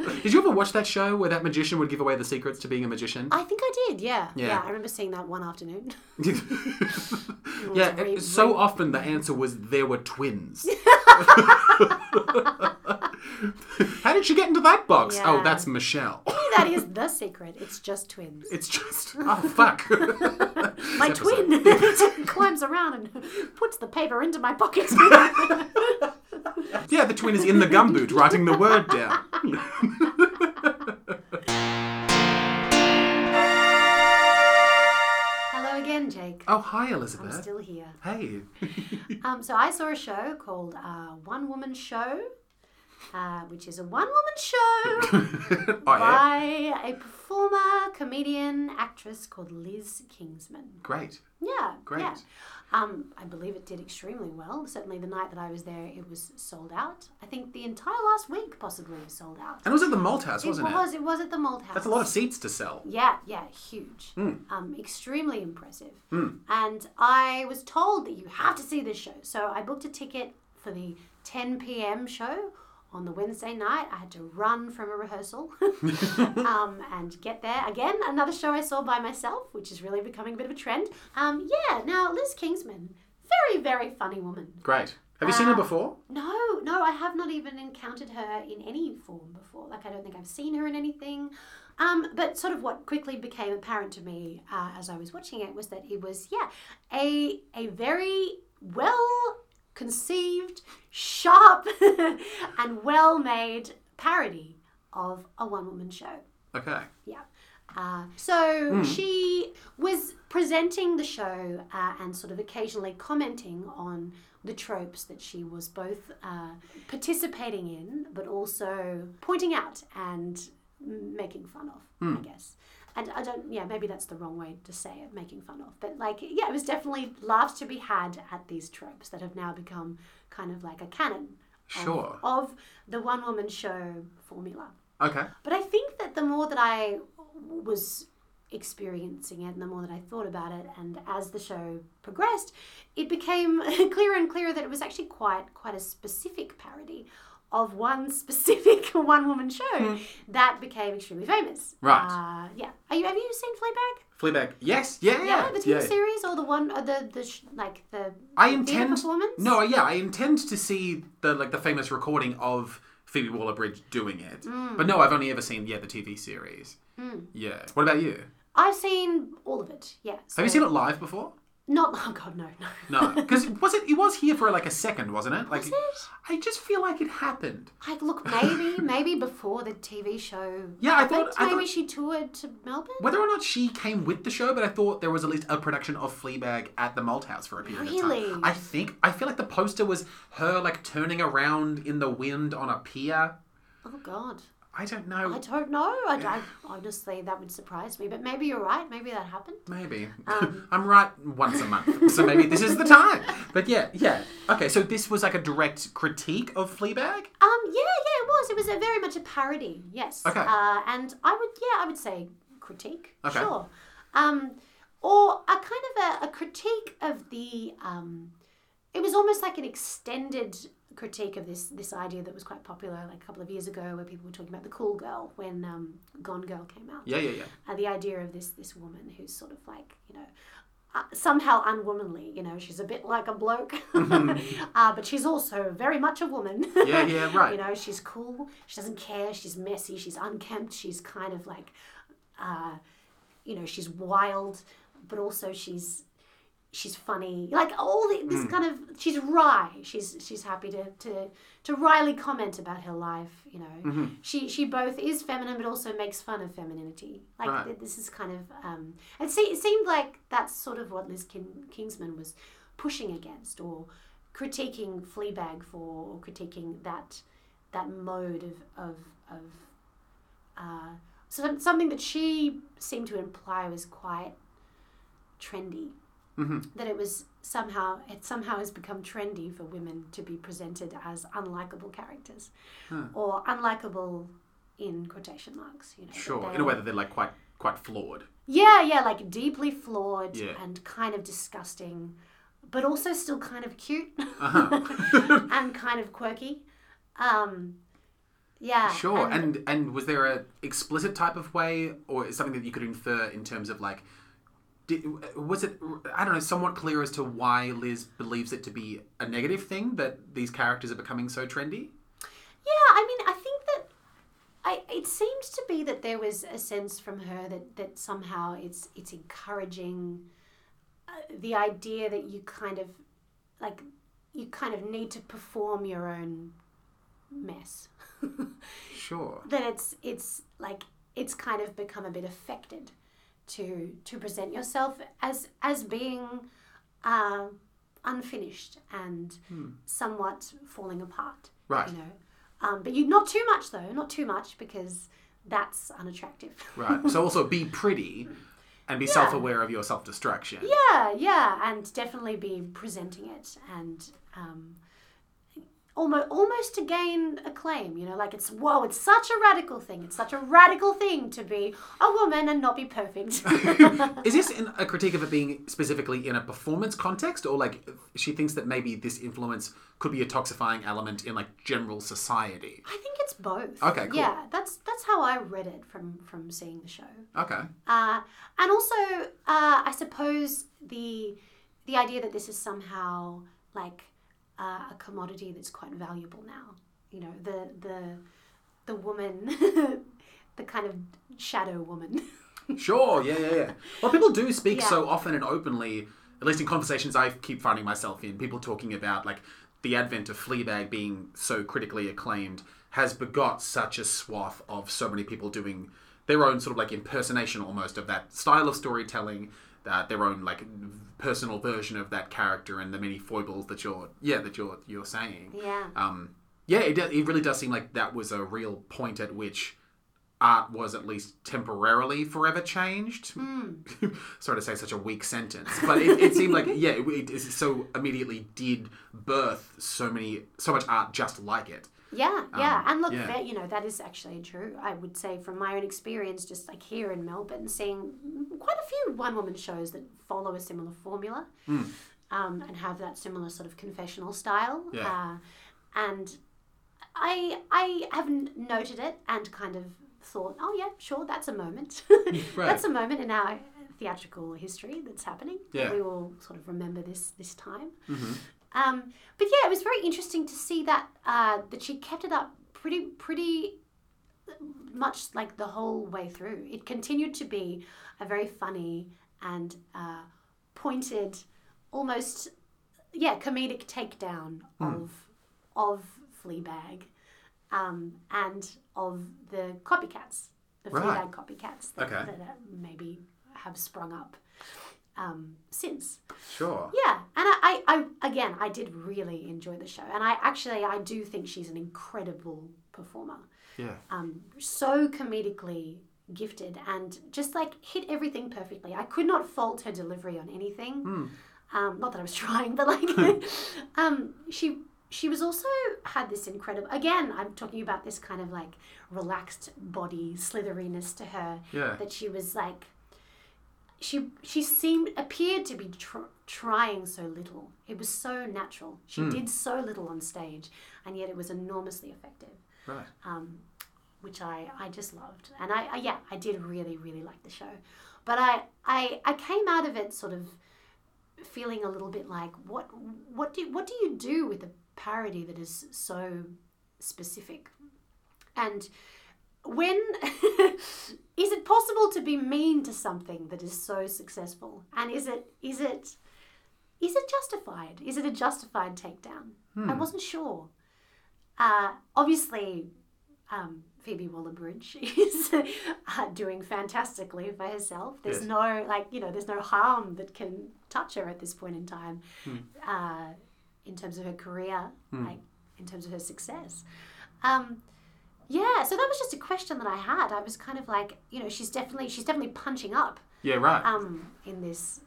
A: it. Did you ever watch that show where that magician would give away the secrets to being a magician?
B: I think I did, yeah. yeah.
A: Yeah.
B: I remember seeing that one afternoon.
A: yeah,
B: re-
A: it- so often the answer was there were twins. How did she get into that box?
B: Yeah.
A: Oh, that's Michelle.
B: that is the secret. It's just twins.
A: It's just oh fuck.
B: my
A: episode.
B: twin climbs around and puts the paper into my pocket.
A: yeah, the twin is in the gumboot writing the word down.
B: Hello again, Jake.
A: Oh hi
B: I'm
A: Elizabeth.
B: still here.
A: Hey.
B: Um, so I saw a show called uh, One Woman Show, uh, which is a one woman show
A: oh yeah.
B: by a performer, comedian, actress called Liz Kingsman.
A: Great.
B: Yeah.
A: Great.
B: Yeah. Um, I believe it did extremely well. Certainly the night that I was there, it was sold out. I think the entire last week possibly was sold out.
A: And it was at the Malthouse, wasn't it?
B: was. It was at the Mold House.
A: That's a lot of seats to sell.
B: Yeah, yeah, huge. Um, extremely impressive. And I was told that you have to see this show. So I booked a ticket for the 10 p.m. show on the Wednesday night. I had to run from a rehearsal um, and get there. Again, another show I saw by myself, which is really becoming a bit of a trend. Um, yeah, now Liz Kingsman, very, very funny woman.
A: Great. Have you seen her
B: Uh,
A: before?
B: No, no, I have not even encountered her in any form before. Like, I don't think I've seen her in anything. Um, but sort of what quickly became apparent to me uh, as I was watching it was that it was, yeah, a, a very well conceived, sharp, and well made parody of a one woman show.
A: Okay.
B: Yeah. Uh, so she was presenting the show uh, and sort of occasionally commenting on the tropes that she was both uh, participating in, but also pointing out and making fun of, I guess. And I don't, yeah, maybe that's the wrong way to say it, making fun of. But like, yeah, it was definitely laughs to be had at these tropes that have now become kind of like a canon of-
A: Sure.
B: of the one woman show formula.
A: Okay.
B: But I think that the more that I was experiencing it and the more that I thought about it and as the show progressed, it became clearer and clearer that it was actually quite quite a specific parody of one specific one woman show that became extremely famous.
A: Hmm. Right.
B: Uh, yeah. Are you, have you seen Fleabag?
A: Fleabag. Yes. Yeah.
B: Yeah,
A: Yeah.
B: the TV
A: yeah.
B: series or the one or the, the sh- like the
A: I
B: theatre
A: intend.
B: performance?
A: No. Yeah. I intend to see the like the famous recording of Phoebe Waller-Bridge doing it.
B: Mm.
A: But no, I've only ever seen yeah the TV series. Yeah. What about you?
B: I've seen all of it. Yeah.
A: Have you seen it live before?
B: Not oh god no no.
A: No, because was it? It was here for like a second, wasn't it? Like,
B: Was it?
A: I just feel like it happened.
B: Like, look, maybe, maybe before the TV show.
A: Yeah, I thought-
B: happened,
A: I
B: maybe
A: thought-
B: she toured to Melbourne.
A: Whether or not she came with the show, but I thought there was at least a production of Fleabag at the Malthouse for a period of
B: Really?
A: time. I think I feel like the poster was her like turning around in the wind on a pier.
B: Oh God,
A: I don't know.
B: I don't know. I, I honestly, that would surprise me. But maybe you're right. Maybe that happened.
A: Maybe
B: um,
A: I'm right once a month, so maybe this is the time. But yeah, yeah. Okay, so this was like a direct critique of Fleabag.
B: Um, yeah, yeah, it was. It was a very much a parody. Yes.
A: Okay.
B: Uh, and I would, yeah, I would say critique.
A: Okay.
B: Sure. Um, or a kind of a, a critique of the. Um, it was almost like an extended critique of this this idea that was quite popular like a couple of years ago, where people were talking about the cool girl when um, Gone Girl came out
A: Yeah, yeah, yeah.
B: uh, the idea of this this woman who's sort of like you know uh, somehow unwomanly you know she's a bit like a bloke uh, but she's also very much a woman
A: Mm-hmm. Yeah, yeah, right.
B: you know she's cool she doesn't care she's messy she's unkempt she's kind of like uh, you know she's wild but also she's she's funny like all the, this kind of she's wry she's she's happy to to to wryly comment about her life you know she she both is feminine but also makes fun of femininity like
A: Right.
B: th- this is kind of um it, se- it seemed like that's sort of what liz Kin- kingsman was pushing against or critiquing fleabag for or critiquing that that mode of of of uh, so something that she seemed to imply was quite trendy
A: Mm-hmm.
B: that it was somehow it somehow has become trendy for women to be presented as unlikable characters or unlikable in quotation marks you know that
A: Sure.
B: they
A: In a way
B: are-
A: that they're like quite quite flawed.
B: yeah yeah like deeply flawed
A: Yeah.
B: and kind of disgusting but also still kind of cute
A: Uh-huh.
B: and kind of quirky um yeah
A: Sure, and and was there a explicit type of way, or something that you could infer in terms of like, did, was it I don't know, somewhat clear as to why Liz believes it to be a negative thing that these characters are becoming so trendy?
B: Yeah, I mean, I think that I it seemed to be that there was a sense from her that that somehow it's it's encouraging uh, the idea that you kind of like you kind of need to perform your own mess.
A: Sure.
B: that it's it's like it's kind of become a bit affected to to present yourself as as being uh, unfinished and somewhat falling apart.
A: Right.
B: You know, um, but you not too much though, not too much because that's unattractive.
A: Right. So also be pretty, and be self-aware of your self-destruction.
B: yeah, yeah, and definitely be presenting it and. Um, Almost, almost to gain acclaim, you know, like it's whoa, it's such a radical thing. It's such a radical thing to be a woman and not be perfect.
A: Is this in a critique of it being specifically in a performance context, or like she thinks that maybe this influence could be a toxifying element in like general society?
B: I think it's both.
A: Okay, cool.
B: Yeah, that's that's how I read it from from seeing the show.
A: Okay.
B: Uh, and also, uh, I suppose the the idea that this is somehow like uh, a commodity that's quite valuable now. You know, the the the woman, the kind of shadow woman.
A: Sure, yeah, yeah, yeah. Well, people do speak
B: Yeah.
A: so often and openly, at least in conversations I keep finding myself in, people talking about like the advent of Fleabag being so critically acclaimed has begot such a swath of so many people doing their own sort of like impersonation almost of that style of storytelling uh, their own like personal version of that character and the many foibles that you're yeah that you're you're saying.
B: Yeah.
A: Um, yeah, it, do- it really does seem like that was a real point at which art was at least temporarily forever changed.
B: Hmm.
A: Sorry to say such a weak sentence, but it, it seemed like yeah, it, it so immediately did birth so many so much art just like it.
B: Yeah, yeah. and look,
A: Um, yeah.
B: that- you know, that is actually true. I would say from my own experience, just like here in Melbourne, seeing quite a few one woman shows that follow a similar formula
A: Hmm.
B: um, and have that similar sort of confessional style.
A: Yeah.
B: Uh, and I, I have n- noted it and kind of thought, oh, yeah, sure, that's a moment. That's a moment in our theatrical history that's happening.
A: Yeah. Mm-hmm.
B: We all sort of remember this this time. Um, but yeah, it was very interesting to see that uh, that she kept it up pretty pretty much like the whole way through. It continued to be a very funny and uh, pointed, almost yeah, comedic takedown
A: Hmm.
B: of of Fleabag um, and of the copycats, the
A: Right.
B: Fleabag copycats that,
A: Okay.
B: that uh, maybe have sprung up um, since.
A: sure.
B: Yeah, and I, I, I again, I did really enjoy the show, and I actually I do think she's an incredible performer,
A: Yeah.
B: um, so comedically gifted, and just like hit everything perfectly. I could not fault her delivery on anything. Um, not that I was trying, but like, um, she she was also had this incredible. Again, I'm talking about this kind of like relaxed body slitheriness to her
A: Yeah.
B: that she was like she she seemed appeared to be tr- trying so little it was so natural she did so little on stage and yet it was enormously effective
A: Right.
B: um, which I, I just loved and I, I yeah i did really really like the show but I, I i came out of it sort of feeling a little bit like what what do what do you do with a parody that is so specific and when is it possible to be mean to something that is so successful and is it is it is it justified is it a justified takedown i wasn't sure uh, obviously um, phoebe waller-bridge is uh, doing fantastically for herself there's
A: Yes.
B: no like you know there's no harm that can touch her at this point in time uh, in terms of her career like in terms of her success um, yeah, so that was just a question that I had. I was kind of like, you know, she's definitely she's definitely punching up
A: Yeah. Right.
B: um, in this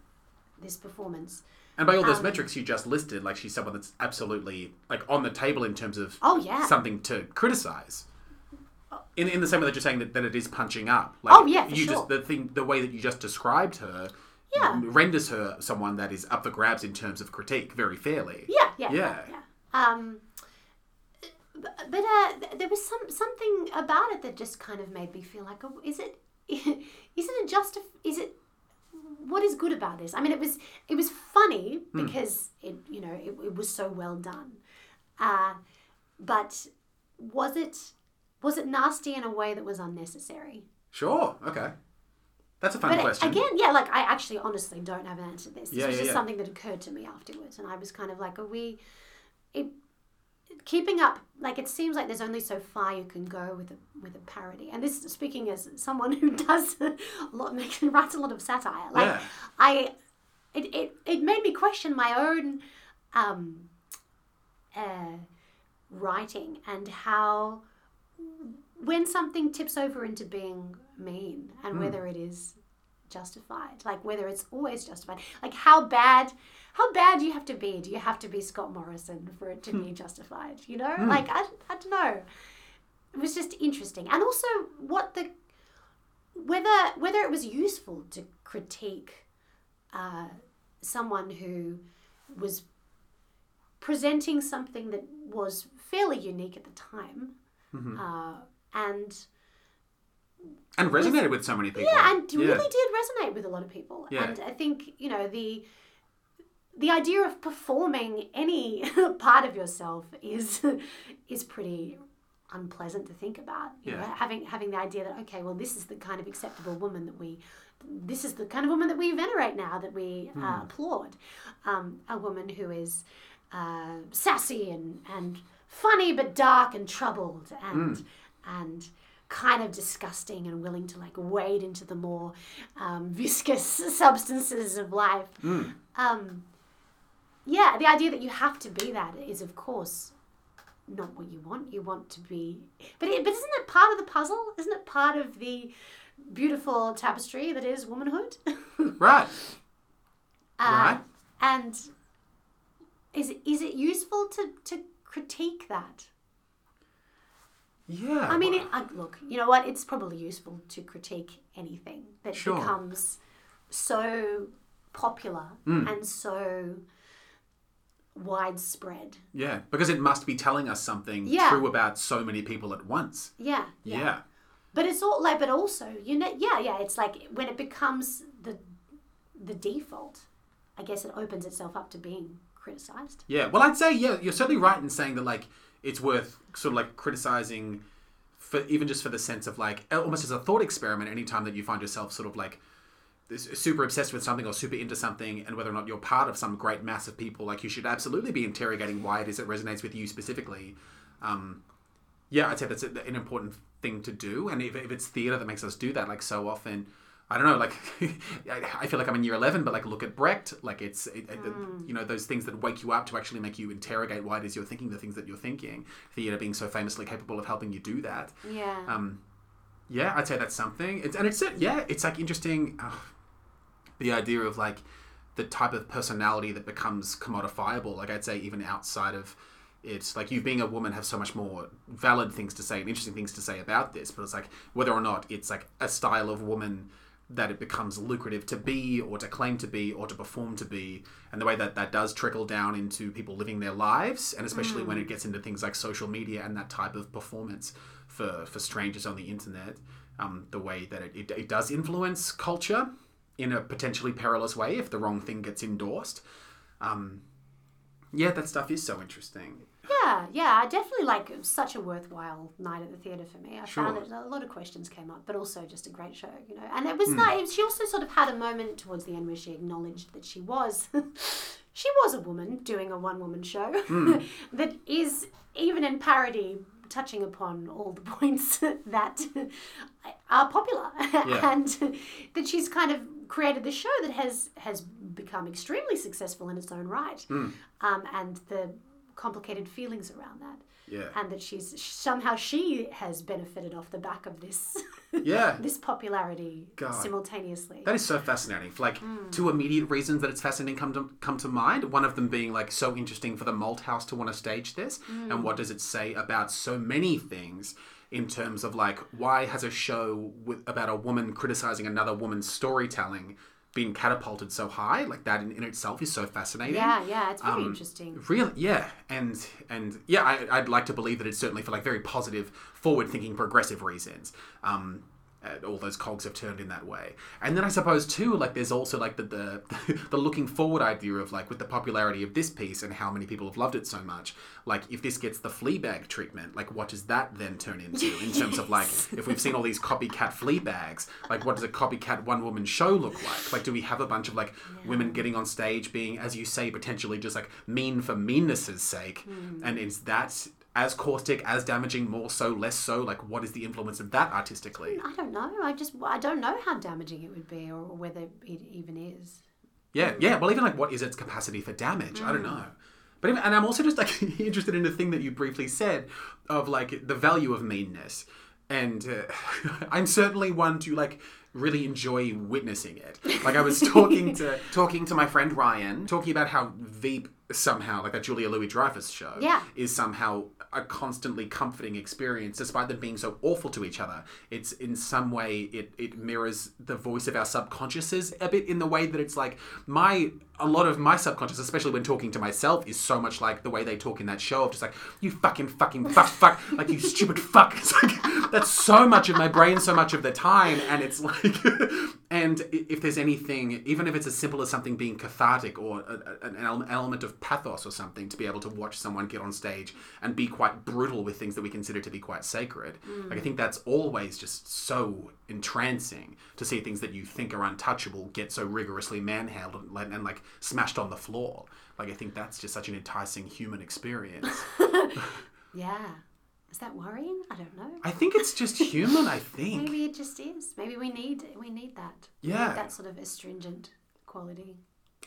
B: this performance.
A: and by all those
B: um,
A: metrics you just listed, like she's someone that's absolutely like on the table in terms of
B: Oh yeah.
A: something to criticize. In, in the same way that you're saying that, that it is punching up. Like,
B: Oh, yeah, for
A: you
B: sure.
A: just the thing the way that you just described her
B: Yeah.
A: renders her someone that is up for grabs in terms of critique very fairly.
B: yeah, yeah,
A: Yeah.
B: yeah, yeah. Um, but but uh, th- there was some something about it that just kind of made me feel like, oh, is it is it a just is it what is good about this? I mean, it was it was funny because it you know it, it was so well done, uh, but was it was it nasty in a way that was unnecessary?
A: Sure. Okay. That's a fun
B: But
A: question.
B: again, yeah, like I actually honestly don't have an answer to this. This
A: Yeah,
B: was
A: yeah,
B: just
A: yeah.
B: something that occurred to me afterwards, and I was kind of like, are we it, keeping up? Like it seems like there's only so far you can go with a with a parody. And this speaking as someone who does a lot, makes writes a lot of satire. Like
A: Yeah.
B: I, it, it it made me question my own. Um, uh, writing and how when something tips over into being mean and whether it is justified like whether it's always justified like how bad how bad you have to be do you have to be scott morrison for it to be justified you know like I, I don't know it was just interesting and also what the whether whether it was useful to critique uh, someone who was presenting something that was fairly unique at the time uh, and
A: and resonated with so many people.
B: yeah and really did resonate with a lot of people
A: Yeah.
B: and i think you know the the idea of performing any part of yourself is is pretty unpleasant to think about you know,
A: Yeah.
B: having having the idea that okay well this is the kind of acceptable woman that we this is the kind of woman that we venerate now that we uh, applaud um, a woman who is uh, sassy and and funny but dark and troubled and and kind of disgusting and willing to like wade into the more um, viscous substances of life. Um, yeah, the idea that you have to be that is, of course, not what you want. You want to be, but it, but isn't it part of the puzzle? Isn't it part of the beautiful tapestry that is womanhood?
A: Right.
B: Uh,
A: Right.
B: And is is it useful to to critique that?
A: Yeah.
B: I mean, it, uh, look, you know what? It's probably useful to critique anything that
A: Sure.
B: becomes so popular
A: Hmm.
B: and so widespread.
A: yeah, because it must be telling us something
B: Yeah.
A: true about so many people at once.
B: Yeah,
A: Yeah.
B: But it's all like, but also, you know, yeah, yeah. It's like when it becomes the the default, I guess it opens itself up to being criticized.
A: Yeah. Well, I'd say yeah, you're certainly right in saying that like it's worth sort of like criticizing for even just for the sense of like almost as a thought experiment anytime that you find yourself sort of like this- super obsessed with something or super into something and whether or not you're part of some great mass of people like you should absolutely be interrogating why it is that resonates with you specifically um, yeah i'd say that's a, an important thing to do and if, if it's theater that makes us do that like so often i don't know like I, I feel like i'm in year 11 but like look at brecht like it's it, it- you know those things that wake you up to actually make you interrogate why it is you're thinking the things that you're thinking theater being so famously capable of helping you do that
B: Yeah.
A: um, yeah, I'd say that's something. It's and it's yeah, it's like interesting. Uh, the idea of like the type of personality that becomes commodifiable. Like I'd say even outside of it's like you being a woman have so much more valid things to say and interesting things to say about this. But it's like whether or not it's like a style of woman that it becomes lucrative to be or to claim to be or to perform to be and the way that that does trickle down into people living their lives and especially when it gets into things like social media and that type of performance for for strangers on the internet um, the way that it, it, it does influence culture in a potentially perilous way if the wrong thing gets endorsed um, yeah that stuff is so interesting
B: Yeah, yeah, I definitely like it was such a worthwhile night at the theatre for me. I found
A: Sure.
B: that a lot of questions came up, but also just a great show, you know. And it was nice. She also sort of had a moment towards the end where she acknowledged that she was, she was a woman doing a one-woman show that is even in parody touching upon all the points that are popular
A: Yeah.
B: and that she's kind of created this show that has has become extremely successful in its own right um, and the complicated feelings around that
A: yeah
B: and that she's somehow she has benefited off the back of this
A: yeah
B: this popularity
A: God.
B: simultaneously
A: That is so fascinating. For, Like two immediate reasons that it's fascinating come to come to mind. One of them being like so interesting for the Malthouse to want to stage this, and what does it say about so many things in terms of like why has a show with about a woman criticizing another woman's storytelling been catapulted so high? Like that in, in itself is Um, so fascinating.
B: yeah yeah it's very interesting
A: Really, yeah, and and yeah, I, I'd like to believe that it's certainly for like very positive, forward-thinking, progressive reasons. Um, uh, all those cogs have turned in that way, and then I suppose too, like there's also like the the, the looking forward idea of like with the popularity of this piece and how many people have loved it so much. Like if this gets the Fleabag treatment, like what does that then turn into in terms of like if we've seen all these copycat Fleabags, like what does a copycat one-woman show look like? Like do we have a bunch of like women getting on stage being, as you say, potentially just like mean for meanness's sake. And is that as caustic, as damaging, more so, less so? Like, what is the influence of that artistically?
B: I don't know. I just I don't know how damaging it would be, or whether it even is.
A: Yeah, yeah. Well, even like, what is its capacity for damage? I don't know. But even, and I'm also just like interested in the thing that you briefly said of like the value of meanness, and uh, I'm certainly one to like really enjoy witnessing it. Like I was talking to talking to my friend Ryan, talking about how Veep somehow, like that Julia Louis Dreyfus show,
B: Yeah.
A: is somehow a constantly comforting experience, despite them being so awful to each other. It's in some way it it mirrors the voice of our subconsciouses a bit in the way that it's like my a lot of my subconscious, especially when talking to myself, is so much like the way they talk in that show of just like you fucking fucking fuck fuck like you stupid fuck. It's like that's so much of my brain, so much of the time, and it's like and i- if there's anything, even if it's as simple as something being cathartic or a, a- an ele- element of pathos or something, to be able to watch someone get on stage and be quite brutal with things that we consider to be quite sacred, like I think that's always just so entrancing to see things that you think are untouchable get so rigorously manhandled and, like- and like smashed on the floor. Like I think that's just such an enticing human experience.
B: Yeah, Is that worrying? I don't know.
A: I think it's just human, I think.
B: Maybe it just is. Maybe we need we need that. We need
A: Yeah.
B: that sort of astringent quality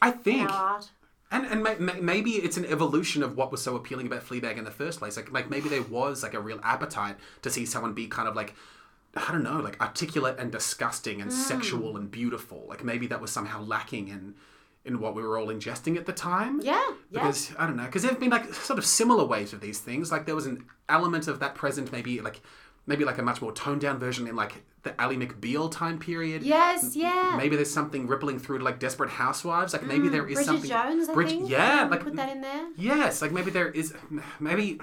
A: I
B: in
A: think.
B: our art.
A: And and may, may, maybe it's an evolution of what was so appealing about Fleabag in the first place. Like like maybe there was like a real appetite to see someone be kind of like I don't know, like articulate and disgusting
B: Hmm.
A: and sexual and beautiful. Like maybe that was somehow lacking in in what we were all ingesting at the time.
B: Yeah. Yeah.
A: Because I don't know, because there have been like sort of similar waves of these things. Like there was an element of that present, maybe like maybe like a much more toned down version in like the Ally McBeal time period.
B: yes. Yeah.
A: Maybe there's something rippling through to like Desperate Housewives. Like maybe there is
B: Hmm. Bridget
A: something.
B: Jones. I
A: Brid-
B: think.
A: Yeah,
B: um,
A: like
B: put that in there.
A: yes, like maybe there is. Maybe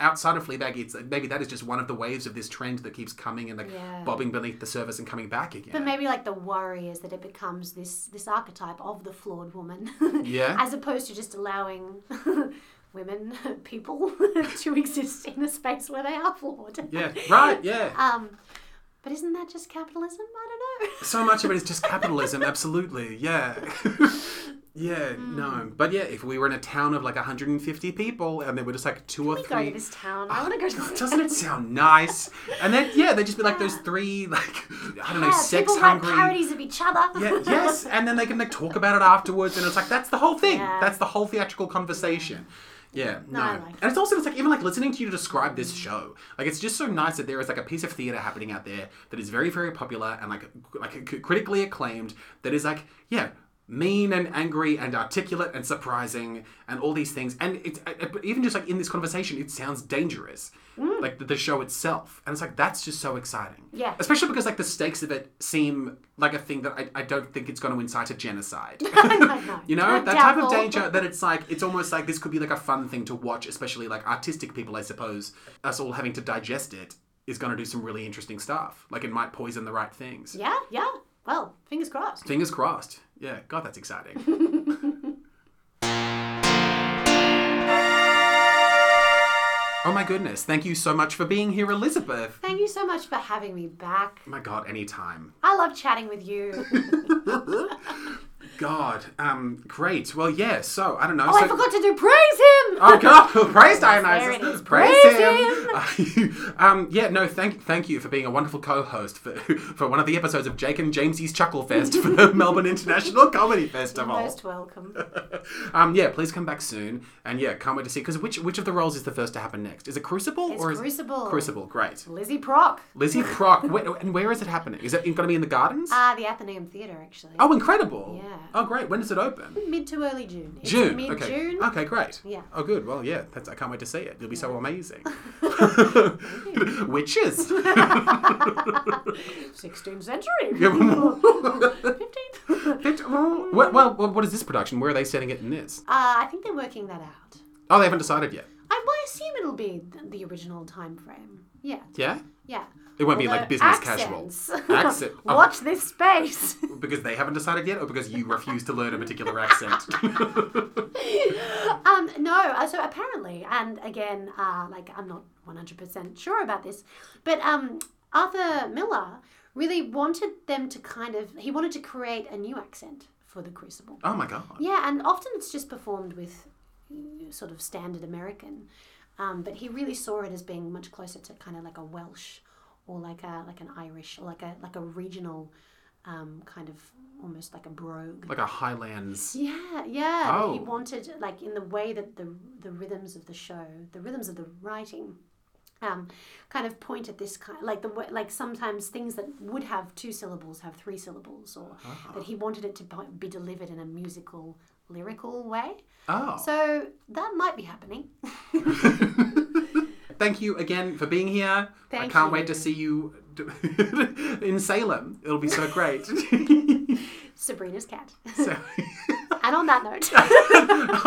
A: outside of Fleabag, it's maybe that is just one of the waves of this trend that keeps coming and like
B: Yeah.
A: bobbing beneath the surface and coming back again.
B: But maybe like the worry is that it becomes this this archetype of the flawed woman,
A: Yeah.
B: as opposed to just allowing women people to exist in a space where they are flawed.
A: yeah, right. Yeah.
B: Um, but isn't that just capitalism? I don't know.
A: so much of it is just capitalism absolutely yeah yeah
B: Hmm.
A: no but yeah if we were in a town of like 150 people and there were just like two or
B: Go to
A: three
B: this town. I want to go to this
A: doesn't
B: town.
A: Ah, it sound nice and then yeah they'd just be like those three like i don't know
B: Yeah,
A: sex
B: people
A: hungry
B: write parodies of each other.
A: yeah, yes and then they can like talk about it afterwards and it's like that's the whole thing
B: Yeah.
A: that's the whole theatrical conversation yeah, no.
B: I like
A: and it's also it's like even like listening to you describe this show, like it's just so nice that there is like a piece of theater happening out there that is very very popular and like c- like c- critically acclaimed that is like yeah, mean and angry and articulate and surprising and all these things and it's I- I- but even just like in this conversation it sounds dangerous. Like the, the show itself. And it's like that's just so exciting.
B: Yeah.
A: Especially because like the stakes of it seem like a thing that I, I don't think it's going to incite a genocide.
B: no, no.
A: You know, that type of
B: Doubtful.
A: danger that it's like, it's almost like this could be like a fun thing to watch, especially like artistic people, I suppose. Us all having to digest it is going to do some really interesting stuff. Like it might poison the right things.
B: Yeah, yeah. Well, fingers crossed.
A: Fingers crossed. Yeah, God, that's exciting. oh my goodness. Thank you so much for being here, Elizabeth. Oh
B: Thank you so much for having me back.
A: My God, anytime.
B: I love chatting with you.
A: God, um, great. Well, yeah, so I don't know.
B: Oh, I
A: so-
B: forgot to do praise him.
A: Oh God! Praise
B: There it is.
A: Dionysus!
B: Praise
A: him! um, yeah, no, thank thank you for being a wonderful co-host for for one of the episodes of Jake and Jamesy's Chuckle Fest for the Melbourne International Comedy Festival.
B: Most welcome.
A: Um, yeah, please come back soon, and yeah, can't wait to see. Because which which of the roles is the first to happen next? Is it Crucible
B: It's
A: or is
B: Crucible.
A: It Crucible? Great.
B: Lizzie Prock.
A: Lizzie Prock. Where, and where is it happening? Is it going to be in the gardens?
B: Ah, the Athenaeum Theatre, actually.
A: oh, incredible!
B: Yeah.
A: Oh, great. When does it open?
B: Mid to early June. It's
A: June.
B: Mid
A: okay.
B: June.
A: Okay, great.
B: Yeah.
A: Oh, good. Well, yeah. That's, I can't wait to see it. It'll be so amazing. Witches.
B: 16th century. Uh, 15th.
A: well, well, well, what is this production? Where are they setting it in this?
B: Uh, I think they're working that out.
A: Oh, they haven't decided yet.
B: I, well, I assume it'll be th- the original time frame. Yeah.
A: Yeah.
B: Yeah.
A: It won't be like business casual. Accent.
B: Accent.
A: Oh,
B: Watch this space.
A: because they haven't decided yet, or because you refuse to learn a particular accent.
B: Um, no, uh, so apparently, and again, uh, like I'm not 100% sure about this, but um, Arthur Miller really wanted them to kind of, he wanted to create a new accent for the Crucible.
A: oh my god.
B: Yeah, and often it's just performed with mm, sort of standard American, um, but he really saw it as being much closer to kind of like a Welsh or like a like an Irish or like a like a regional um, kind of almost like a brogue.
A: Like a Highlands.
B: Yeah, yeah. He
A: Oh.
B: wanted like in the way that the the rhythms of the show, the rhythms of the writing, um, kind of point at this kind like the wa- like sometimes things that would have two syllables have three syllables, or that he wanted it to bi- be delivered in a musical lyrical way.
A: Oh.
B: So that might be happening.
A: Thank you again for being here. I
B: Thank
A: can't
B: you.
A: wait to see you d- in Salem. It'll be so great.
B: Sabrina's cat.
A: so,
B: and on that note,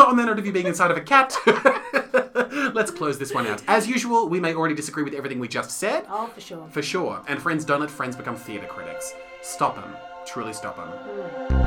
A: on the note of you being inside of a cat, let's close this one out. As usual, we may already disagree with everything we just said.
B: oh for sure.
A: For sure. And friends don't let friends become theatre critics. Stop them. Truly stop them.
B: Mm.